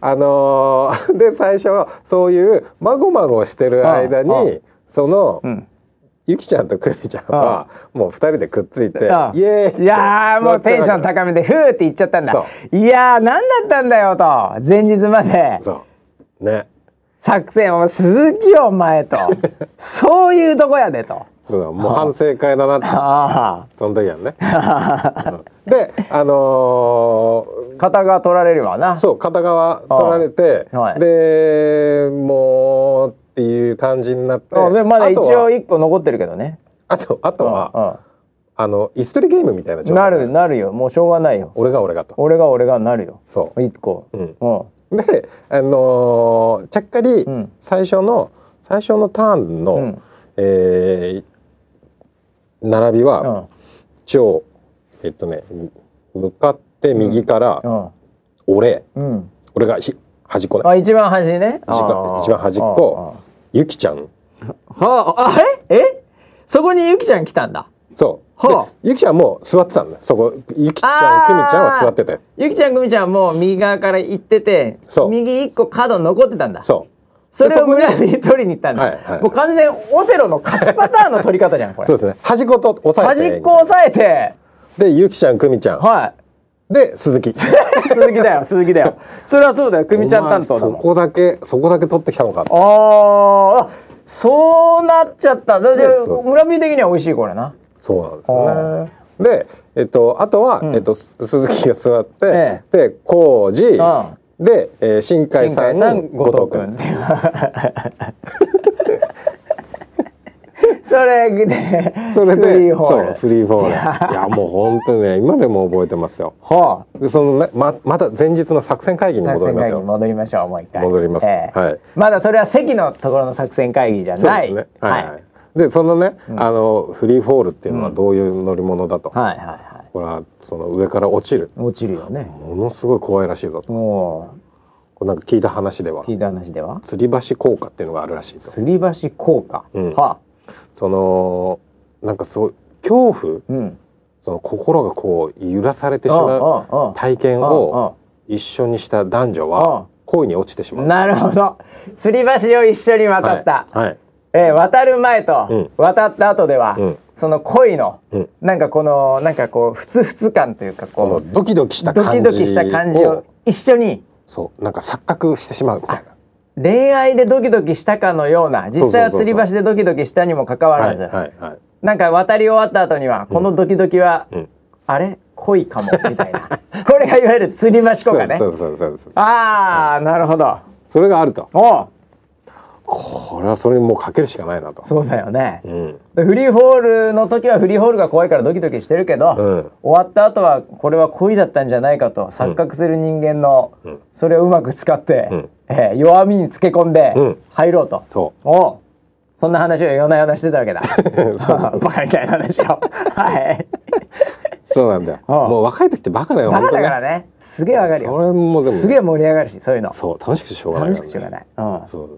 B: あのー で最初はそういうまごまごしてる間に
A: ああああ
B: その、
A: ん
B: ゆきちゃんとくみちゃんはもう二人でくっついて
A: ああ
B: イエーイって
A: いやーもうテンション
B: 座っちゃ
A: 高
B: うわ
A: めでふーって言っちゃったんだ
B: そ
A: いやー何だったんだよと前日まで
B: けそうね
A: 作戦を鈴木よお前 とそういうとこやでと
B: そうもう反省会だなって
A: あ
B: その時は ね、うんであの
A: あ肩が取られるわな
B: ーそう片側取られて
A: あはい
B: でもうっていう感じになって
A: あでまだ一
B: あと
A: 応
B: は
A: 1個残ってるけどね
B: あとあとは
A: うんうん
B: あの椅子取りゲームみたいな状
A: な
B: 態
A: るなるよもうしょうがないよ
B: 俺が俺がと
A: 俺が俺がなるよ
B: そ
A: 一個
B: うん
A: うん
B: うであのーちゃっかり
A: ん
B: 最初の、最初のターンの、
A: うん
B: えー並び
A: う
B: は
A: ん
B: 一応、えっとね向かって右から
A: うん
B: 俺、
A: うん
B: 俺がひ端っこね
A: あ一番端ね
B: 端っこ一番端っこゆきちゃん
A: はああええそこにゆきちゃん来たんだ
B: そう
A: はあ
B: でゆきちゃんもう座ってたんだよそこゆきちゃ
A: あー
B: んくみちゃんは座ってて
A: ゆきちゃんくみちゃんはもう右側から行ってて
B: そう
A: 右一個角残ってたんだそ
B: そう
A: れを村
B: でそこに
A: に取りに行ったんだ、
B: はいはい
A: もう完全オセロの勝ちパターンの取り方じゃんこれ
B: そうですね端っこと押さ
A: 端
B: えて
A: っこ押さえて
B: でゆきちゃんくみちゃん
A: はい
B: で 鈴木
A: 鈴木 だよ鈴木だよそれはそうだよくみちゃん担当だ
B: お前そ
A: もん
B: こだけそこだけ取ってきたのか
A: あーあそうなっちゃっただって
B: そうそう
A: 村民的には美味しいこれな
B: そうなんですよねでえっとあとは、えっとす鈴木が座って、
A: え
B: で浩二
A: あ
B: で、えー新海
A: 新
B: さ
A: 海
B: ん
A: さん後藤
B: 後藤君
A: 君っていうそれで、
B: それで
A: フリーフォ
B: そう
A: ー
B: フ
A: ル。
B: リーフォールいやもう本当にね今でも覚えてますよ
A: は
B: でそのねままた前日の作戦会議
A: あ、
B: に
A: 作
B: 戻
A: 戦
B: ります
A: 会議に
B: よ
A: 戻りましょう、もう一回。
B: 戻ります
A: ええ
B: はい
A: まだそれは席のところの作戦会議じゃ
B: そう
A: な
B: で
A: い。
B: すねはい、はいでそのね、あのフリーフォールっていうのはどういう乗り物だと、
A: はいはいは
B: これはその上から落ちる
A: い。落ちるよね。
B: ものすごい怖いらしいぞと
A: も
B: これなんか聞いた話では
A: う、聞いた話では。
B: 吊り橋効果っていうのがあるらしいと
A: 吊り橋効果。
B: うん
A: は
B: そのなんかそう恐怖
A: あ。うん。
B: その心がこう揺らされてしまう
A: あ
B: 体験を一緒にした男女
A: うん
B: は恋に落ちてしまう
A: なるほど。吊り橋を一緒に渡った。
B: はい、はい
A: えー渡る前と、
B: うん
A: 渡った後では、
B: うん
A: その恋の、
B: うん
A: なんかこのなんかこうふつふつ感というか
B: こ
A: こ
B: のドキドキし
A: う
B: た
A: ドキ
B: 感じ
A: ドキした感じを
B: を
A: 一緒に
B: そうなんか錯覚してしまうみたいな
A: 恋愛でドキドキしたかのような実際は吊
B: そうそうそう
A: り
B: そう
A: 橋でドキドキしたにもかかわら
B: はい
A: ず、
B: はいはい
A: なんか渡り終わった後にはこのドキドキは、
B: うん
A: あれ恋かもみたいなこれがいわゆる吊り橋効果ね
B: そうそうそうそう
A: ああなるほど
B: それがあると
A: おう
B: これはそれにもうかけるしかないなと
A: そうだよね、
B: うん
A: でフリーフォールの時はフリーフォールが怖いからドキドキしてるけど、
B: うん
A: 終わった後はこれは恋だったんじゃないかと錯覚する人間の、
B: ん
A: それをうまく使って、
B: うん
A: えー弱みにつけ込んで
B: うん
A: 入ろうと、
B: そ
A: おうそんな話を夜な夜なしてたわけだ
B: う そう
A: バカみたいな 話をはい
B: そうなんだよ
A: うん
B: もう若い時ってバカだよ
A: バカ
B: 本当
A: だ
B: ね
A: からねすげえわかる
B: それ
A: よ
B: もでもね
A: すげえ盛り上がるしそういうの
B: そう楽しくてしょうがない
A: 楽
B: か
A: し
B: ら
A: く
B: ね
A: てしょうがない、うん、
B: そ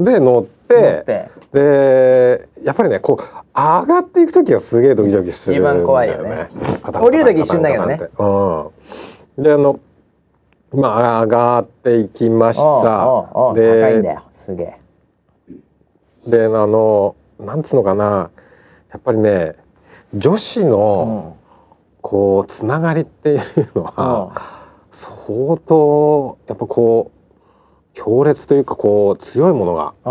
B: うで乗ってでやっぱりねこう上がっていく時はすげえドキドキするんだよ、ね、
A: 一番怖いよね
B: パタン
A: 降りる時一瞬だけどね
B: パタンパタンってうんであのまあ上がっていきました
A: おうおうおう
B: で
A: 高いんだよすげえ
B: であのなんつうのかなやっぱりね女子の、こうつながりっていうのは、相当やっぱこう強烈というかこう強いものが
A: あ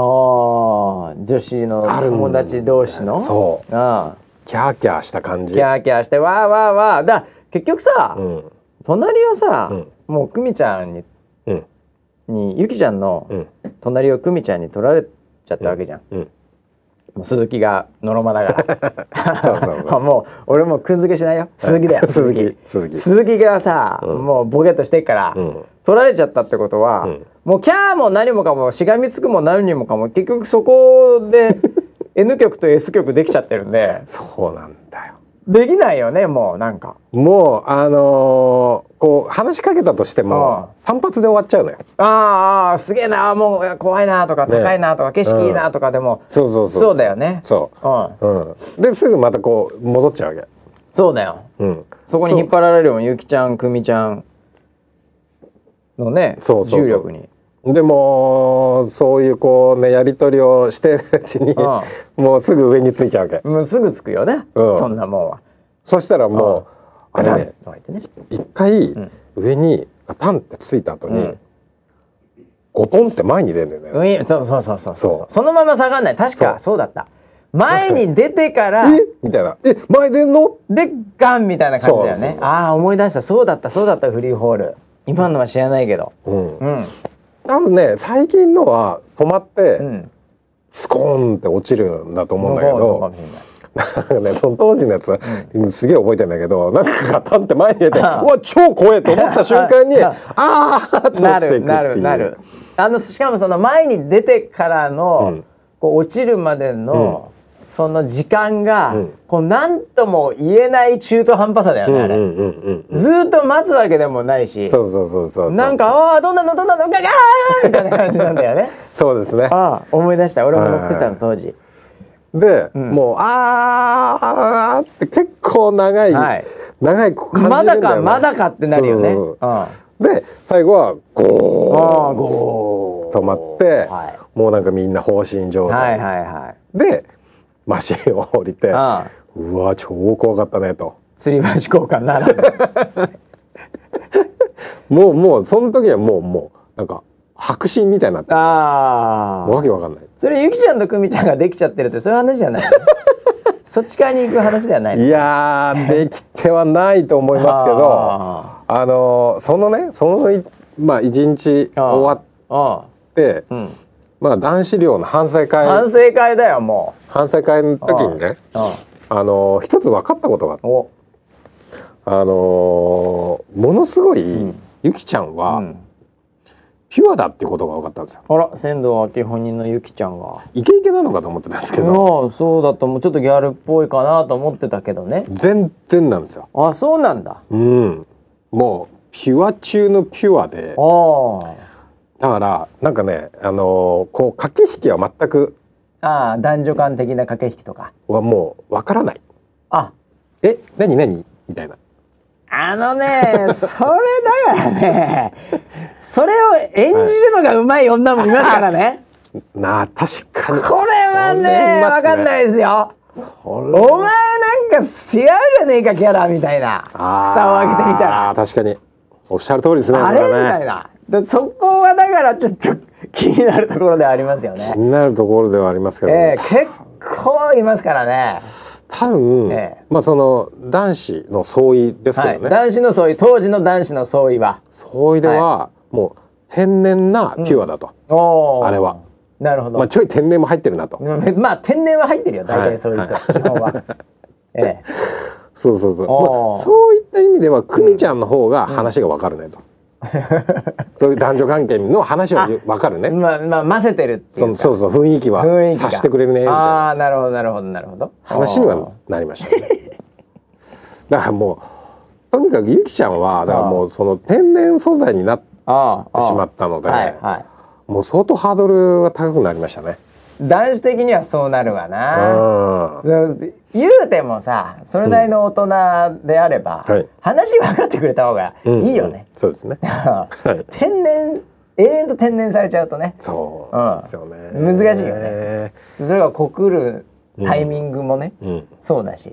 A: ー女子の
B: あるん
A: 友達同士の
B: そう
A: あ
B: キャーキャーした感
A: ー
B: じ。
A: キャーキャーしてわーわーわーだ結局さ、
B: うん
A: 隣をさ、
B: うん
A: もう久美ちゃんに
B: うん
A: にゆきちゃんの
B: うん
A: 隣を久美ちゃんに取られちゃったわけじゃん、
B: うん。
A: もう鈴木がのろまだから
B: そうそうそう
A: もう俺もうくんづけしないよ鈴木だよ
B: 鈴木鈴木
A: 鈴木がさ、
B: うん
A: もうボケっとしてっから、
B: うん
A: 取られちゃったってことは、
B: うん
A: もうキャーも何もかもしがみつくも何もかも結局そこ で N 曲と S 曲できちゃってるんで
B: そうなんだよ。
A: できないよねもうなんか
B: もうあのーこう話しかけたとしても単発で終わっちゃうのよ。
A: あーあーすげえなもう怖いなとか
B: ね
A: 高いなとか、景色いいなとかでも、
B: そうそうそう。
A: そうだよね
B: そ
A: うん、
B: う。うん。ですぐまたこう戻っちゃうわ
A: そうだよ
B: け。うん。
A: そこに引っ張られるもんゆきちゃんくみちゃんのね
B: そうそうそう
A: 重力に
B: でもうそういうこうねやり取りをしてるうちに
A: あ
B: もうすぐ上についちゃうわけ。
A: もうすぐつくよね、
B: うん
A: そんなもんは。
B: そしたらもうあれね
A: とか言ってね
B: 一回
A: ん
B: 上にパンってついた後
A: う
B: に
A: ん
B: ゴトンって前に出るんだよね。
A: うん、そうそうそうそうそう
B: そう
A: そのまま下がんない確かそうだった前に出てから
B: えみたいな。え前出んの？
A: でガンみたいな感じだよね
B: そうそうそう
A: ああ思い出したそうだったそうだったフリーホール今のは知らないけど
B: うん。
A: うん
B: 多分ね最近のは止まって
A: うん
B: スコーンって落ちるんだと思うんだけ
A: そうか
B: ど
A: もしれない
B: なん かねその当時のやつは、すげえ覚えてんだけどなんかガタンって前に出てうわ超怖えと思った瞬間に
A: あ
B: ああーって
A: な
B: 落ちてい
A: る
B: くって
A: な
B: いう
A: るなるあのしかもその前に出てからの、
B: うん
A: こう落ちるまでの、その時間が、
B: うん
A: こう何とも言えない中途半端さだよ
B: う
A: ね、
B: ん
A: あ
B: う
A: れ、
B: んうんうんうん
A: ずーっと待つわけでもないし
B: そうそうそうそうそう
A: なんか「ああどんなのどんなのガガー!」みたいな感じなんだよね
B: そうですね
A: ああ思い出した俺も乗ってた
B: は
A: の
B: い
A: 当時
B: で、
A: ん
B: もうあーって結構長い、
A: はい
B: 長い感じるん
A: ま
B: だ
A: だ
B: よ、ね、
A: かまだかってなるよね
B: そうそう
A: うんあ
B: そうで最後は
A: あ
B: ゴーン
A: ゴー
B: 止まって、
A: は
B: もうなんかみんな放心状
A: いは
B: 態、
A: いはいはい
B: でマシンを降りて
A: ああ
B: うわ超怖かったねと
A: 吊り橋交換 ならぬ
B: もうもうその時はもうもうなんか白紙みたいになって
A: ああ
B: わけわかんない
A: それゆきちゃんとくみちゃんができちゃってるってそういう話じゃ ないそっち側に行く話ではない
B: いやーできてはないと思いますけど
A: あ
B: あのーそのねそのいまあ一日終わ
A: ああ
B: って
A: うん
B: まあ男子寮の反省
A: 反
B: 会
A: 省会だよも
B: 反省会の時にね
A: う、うん、
B: あの一つ分かったことがあって
A: お、
B: あのものすごい、
A: ん
B: ゆきちゃんは、
A: うん、
B: ピュアだってことが分かったんですよ
A: あら仙道明本人のゆきちゃんが
B: イケイケなのかと思ってたんですけど
A: うんそうだともうちょっとギャルっぽいかなと思ってたけどね
B: 全然なんですよ
A: あそうなんだ
B: うんもうピュア中のピュアで
A: あー
B: だからなんかねあのこう駆け引きは全く
A: あー男女間的な駆け引きとか
B: はもう分からない
A: あ
B: え何何みたいな
A: あのねそれだからねそれを演じるのがうまい女もいますからね
B: なあ確かに
A: これはねわかんないいですよ
B: お
A: お前なんか違うじゃねえかキャラみたいな蓋を開けてみたら
B: 確かにおっしゃる通りですね
A: あれ
B: そ
A: み
B: はね
A: たいなでそこはだからちょっと気になるところではありますよね
B: 気、になるところではありますけど、
A: ええ結構いますからね
B: 多分、
A: ええ
B: まあその男子の相違ですけ
A: は
B: ど
A: い、
B: ね、
A: 男子の相違当時の男子の相違は
B: 相違では、もう天然なピュアだと、
A: おー
B: あれは
A: なるほど、
B: まあちょい天然も入ってるなと、
A: まあ、天然は入ってるよ大体そういう人、
B: は
A: 基本 はええ
B: そうそうそう、
A: おー
B: まあ、そういった意味では久美ちゃんの方が話がわか るねと、そういう男女関係の話はわかるね
A: まあまあ混ぜてるってい
B: そうの
A: か
B: そうそう雰囲気は
A: 雰囲気が
B: 察してくれるねみたいな
A: ああなるほどなるほどなるほど
B: 話に
A: おー
B: はなりまし たねだからもうとにかくゆきちゃんはだからもうその天然素材になって
A: ああ
B: しまったので、
A: はいはい
B: もう相当ハードルが高くなりましたね。
A: 男子的にはそうなるわ
B: う
A: な、
B: ん
A: そう言うてもさそれなりの大人であれば、
B: うんはい
A: 話分かってくれた方がいいよね、
B: うんそうですね。い
A: 天然永遠と天然されちゃうとね
B: そうなんですよね。
A: うん難しいよね。それが告るタイミングもね、
B: うん
A: そうだし、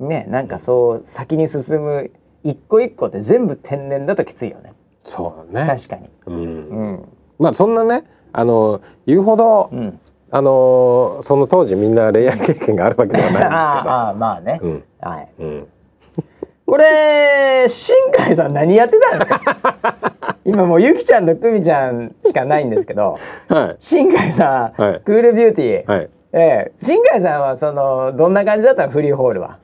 B: うん。
A: ねなんかそう先に進む一個一個って全部天然だときついよね
B: そうだね。
A: 確かに
B: う。
A: うんん
B: まあそんなねあの言うほど、
A: うん
B: あのその当時みんな恋愛経験があるわけでは
A: あ
B: な
A: あああまあね、
B: いんです
A: はい
B: けど。うん。うん。
A: これ新海さん何やってたんですか 今もうゆきちゃんとくみちゃんしかないんですけど
B: は
A: 新海さん、
B: はい
A: クールビューティー、
B: いはい。
A: ええ新海さんはそのどんな感じだったのフリーホールは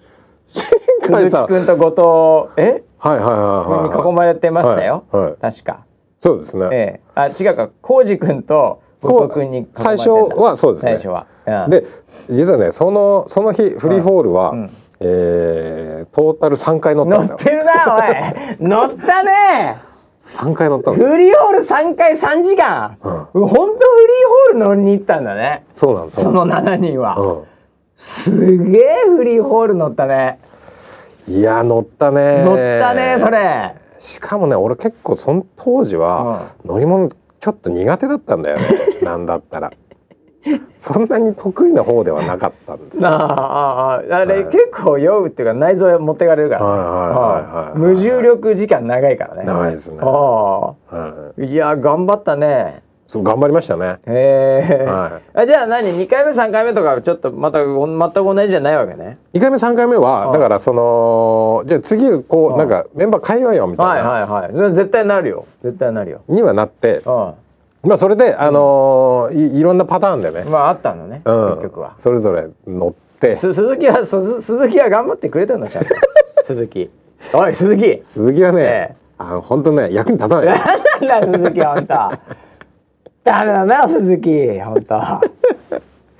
B: 新
A: 鈴
B: 海
A: 木
B: さん。はい
A: 君と後藤え
B: はいはいはいはい。
A: に囲まれてましたよ、
B: はいはい
A: 確か
B: そうですね。
A: ええあ違うか浩二君と後藤君に囲まれてた
B: 最初はそうですね
A: 最初は、うん、
B: で実はねそのその日フリーフォールは、
A: ん
B: えートータル3回乗ったん
A: 乗
B: で
A: っ
B: す
A: て
B: よ
A: るなおい乗ったね
B: 3回乗ったんですよ
A: フリーホール3回3時間、
B: うん
A: ほんとフリーホール乗りに行ったんだね
B: そうなんです
A: そ
B: よ、
A: の7人は、
B: う
A: すげえフリーホール乗ったね
B: ん、いや乗ったね
A: 乗ったねそれ
B: しかもね俺結構その当時は乗り物ちょっと苦手だったんだよね なんだったらそんなに得意な方ではなかったん です
A: あ
B: よ
A: ああああれ
B: はい
A: 結構酔うっていうか内臓持ってかれるから、
B: はいはいはいはい
A: うん無重力時間長いからね
B: 長いですね、
A: あ
B: は
A: あいや頑張ったね
B: い、そう頑張りましたね
A: へえ、
B: は
A: あじゃあ何2回目3回目とかはちょっとまたお全く同じじゃないわけね
B: 2回目3回目はだからそのじゃあ次こうなんかメンバー変えようよみたいな、
A: はいはいはいそれ絶対なるよ絶対なるよ
B: にはなって
A: う
B: まあそれで、あのーいいろんなパターンでね
A: ん、まああったのね、
B: うん、
A: 結局は
B: それぞれ乗って
A: す鈴木はす鈴木は頑張ってくれたのちゃん と鈴木おい鈴木
B: 鈴木はね、
A: ええ
B: あの本当ね役に立たない
A: 何なんだ鈴木あんたダメだな鈴木ほんと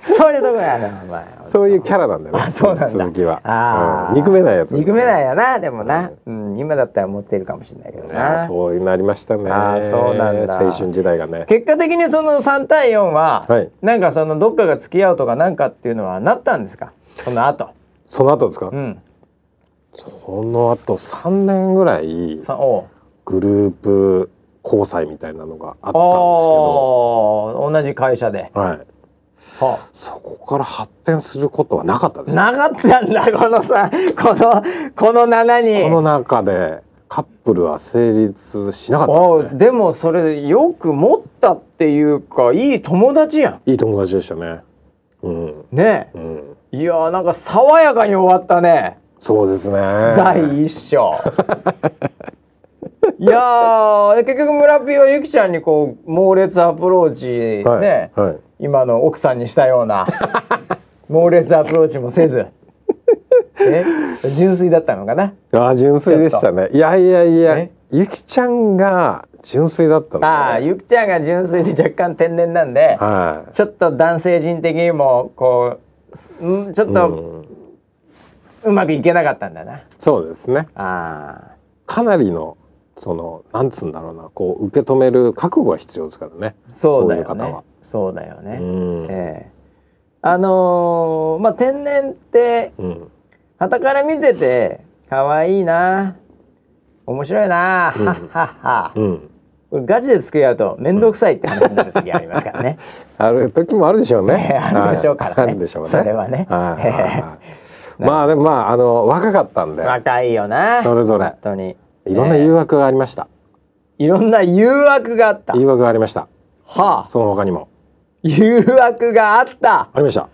A: そういうとこやなお前
B: そういうキャラなんだよね
A: あそうなんだ
B: 鈴木は
A: あ、
B: うん憎めないやつですよ
A: 憎めないやなでもな、うん、今だったら持ってるかもしれないけど
B: あ
A: な
B: あそうなりましたね
A: ああそうなんだ
B: 青春時代がね
A: 結果的にその3対4は、
B: はい
A: なんかそのどっかが付き合うとかなんかっていうのはなったんですかその後
B: その後ですか、
A: うん
B: その後3年ぐらい
A: さおう
B: グループ交際みたいなのがあったんですけど
A: おー同じ会社で、
B: はい
A: はあ
B: そこから発展することはなかったですね
A: なかったんだこのさこのこの7人
B: この中でカップルは成立しなかった
A: お
B: です
A: う
B: ね
A: でもそれよく持ったっていうかいい友達やん
B: いい友達でしたね。うん、
A: ね
B: うん、
A: えいやーなんか爽やかに終わったね
B: そうですね。
A: 第一章いやー、で結局村ピーはゆきちゃんにこう、猛烈アプローチね、
B: はいはい
A: 今の奥さんにしたよう な、猛烈アプローチもせず、ね、純粋だったのかな。
B: ああ純粋でしたねいやいやいや
A: ね
B: ゆきちゃんが純粋だったん
A: ああ、
B: だね
A: ゆきちゃんが純粋で若干天然なんで、
B: はい
A: ちょっと男性人的にも、こう、んちょっと
B: うん
A: うまくいけなかったんだな。
B: そうですね
A: あ
B: かなりのそのなんつうんだろうなこう受け止める覚悟が必要ですからね
A: あ、そうだよ
B: そういう方
A: ね
B: は。
A: そうだよね。
B: うん
A: ええあのーまあ天然って
B: うん
A: 傍から見てて可愛いな面白いな、
B: うん
A: はっはっは
B: うん
A: これガチで付き合うと面倒くさいって話になる時がありますからね
B: ある時もあるでしょうね
A: ええ あるでしょうからね
B: はいあるでしょうね
A: それはね
B: はい はいはいまあでもまああの若かったんで
A: 若いよな
B: そ
A: 本
B: れぞれ
A: 当に
B: いろんな誘惑がありました
A: いろんな誘惑があった
B: 誘惑がありました
A: はあ
B: その他にも
A: 誘惑があった
B: ありました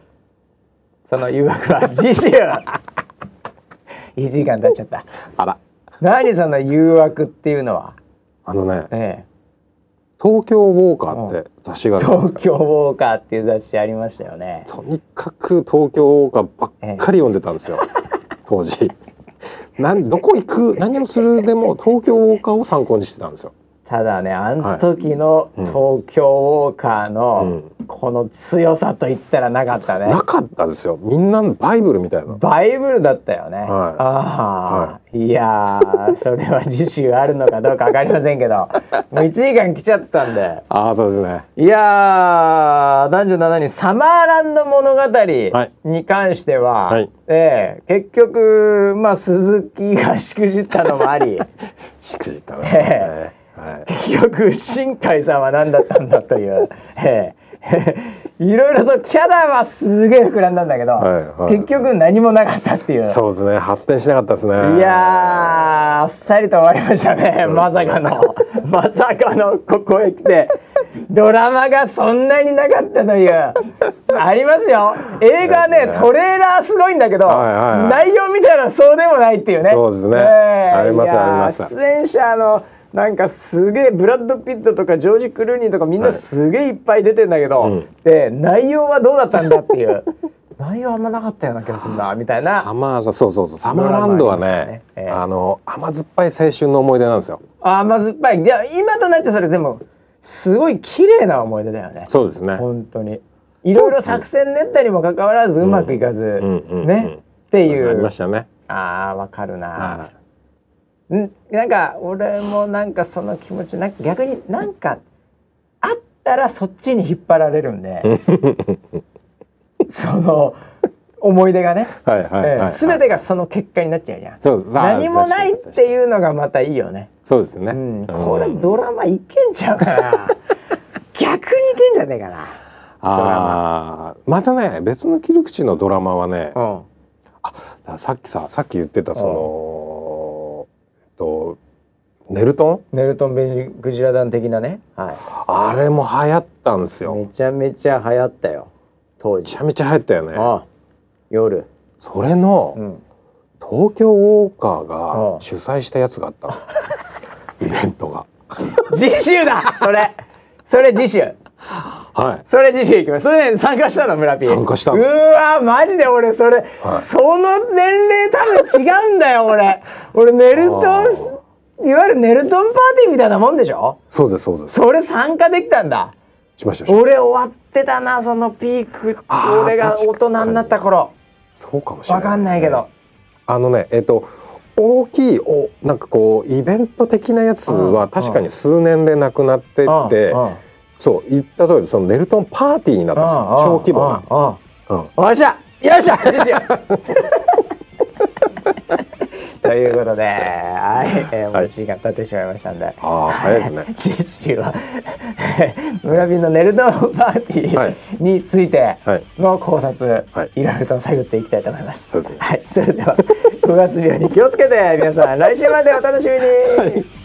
A: その誘惑は次 週1時間経っちゃった
B: あら
A: 何その誘惑っていうのは
B: あのね
A: ええ
B: 「東京ウォーカー」って雑誌があるんです
A: 東
B: けど
A: 京ウォーカーっていう雑誌ありましたよね。
B: とにかく東京ウォーカーばっかり読んでたんですよ、当時なんどこ行く何をするでも東京ウォーカーを参考にしてたんですよ
A: ただね、あの時の
B: うん
A: 東京ウォーカーの
B: う
A: この強さと言ったらなかったね。
B: なかったですよみんなのバイブルみたいな
A: バイブルだったよね。
B: はい
A: ああ、い、やー、それは次週あるのかどうかわかりませんけど、 もう1時間来ちゃったんで。
B: ああそうですね
A: いやー、男女7人、サマーランド物
B: はい
A: 語に関しては、
B: はい
A: ええ結局、まあ、鈴木がしくじったのもあ り、
B: しくじった
A: え
B: ね、はい
A: 結局新海さんは何だったんだという、え え、いろいろとキャラはすげえ膨らんだんだけど、
B: はいはい
A: 結局何もなかったっていう
B: そうですね発展しなかったですね
A: いやーあっさりと終わりましたねまさかのまさかのここへ来てドラマがそんなになかったというありますよ映画ね
B: そうですね
A: トレーラーすごいんだけど、
B: はいはいはい
A: 内容見たらそうでもないっていうね
B: そうですねあります
A: いやー
B: あります
A: 出演者のなんかすげえブラッド・ピットとかジョージ・クルーニーとかみんなすげえいっぱい出てんだけど、
B: うん
A: で内容はどうだったんだっていう内容あんまなかったような気がするなみたいな
B: サマーそうそうそうサマーランドは
A: ドラマありま
B: ね
A: すねええ
B: あの甘酸っぱい青春の思い出なんですよ
A: あ甘酸っぱいいや今となってそれでもすごい綺麗な思い出だよね
B: そうですね
A: 本当にいろいろ作戦練ったにもかかわらずうまくいかず、
B: んうんうんうん
A: ねってい
B: あり
A: う
B: ましたね
A: あーわかるな
B: は、
A: んなんか俺もなんかその気持ちなんか逆になんかあったらそっちに引っ張られるん でその思い出がね、
B: いはいはい、
A: え
B: はい
A: え全てがその結果になっちゃうじゃん
B: そうですあー
A: 何もないっていうのがまたいいよね
B: そうですね、
A: うん、
B: うん
A: これドラマいけんちゃうか な逆にいけんじゃねえかな
B: あーまたね別の切り口のドラマはね、だか
A: うん
B: らさっきささっき言ってたその、えっとネルトン
A: ネルトン・ベンジクジラ団的なね、は
B: あれも流行ったんです
A: い、
B: よ
A: め
B: め
A: ちゃめちゃ流行ったよ当時
B: ちゃめちゃ流行ったよね
A: ああ夜、
B: それの、
A: うん、
B: 東京ウォーカー
A: う
B: が
A: ん
B: 主催したやつがあ ったのイベントが
A: 次週だそれそれ次週
B: はい
A: それ次週行きますそれで参加したの村ピー
B: 参加した
A: う
B: の
A: わマジで俺それ、
B: はい
A: その年齢多分違うんだよ俺俺ネルトンいわゆるネルトンパーティーみたいなもんでしょ
B: そうですそうです
A: それ参加できたんだ
B: しましたしました
A: 俺終わってたなそのピーク
B: あー
A: 俺が大人になった頃
B: そうかもしれな
A: わ
B: い
A: かんないけど
B: あのねえっ、と大きいおなんかこうイベント的なやつ
A: う
B: は
A: ん
B: 確かに数年でなくなって
A: うん
B: って
A: うん
B: そう言った通りそのネルトンパーティーになったんですよ小規模な
A: うんうん
B: うん
A: よっしゃよっしゃよっしゃ ということで、はい、えー、もう1時間経ってしまいましたんで、
B: ああ早いですね
A: 次週は村人のネルドンパーティ
B: はい
A: ーについて
B: はい
A: の考察、
B: はい
A: い、ろいろと探っていきたいと思います。
B: そうですね
A: はい、それでは5月病に気をつけて皆さん来週までお楽しみに。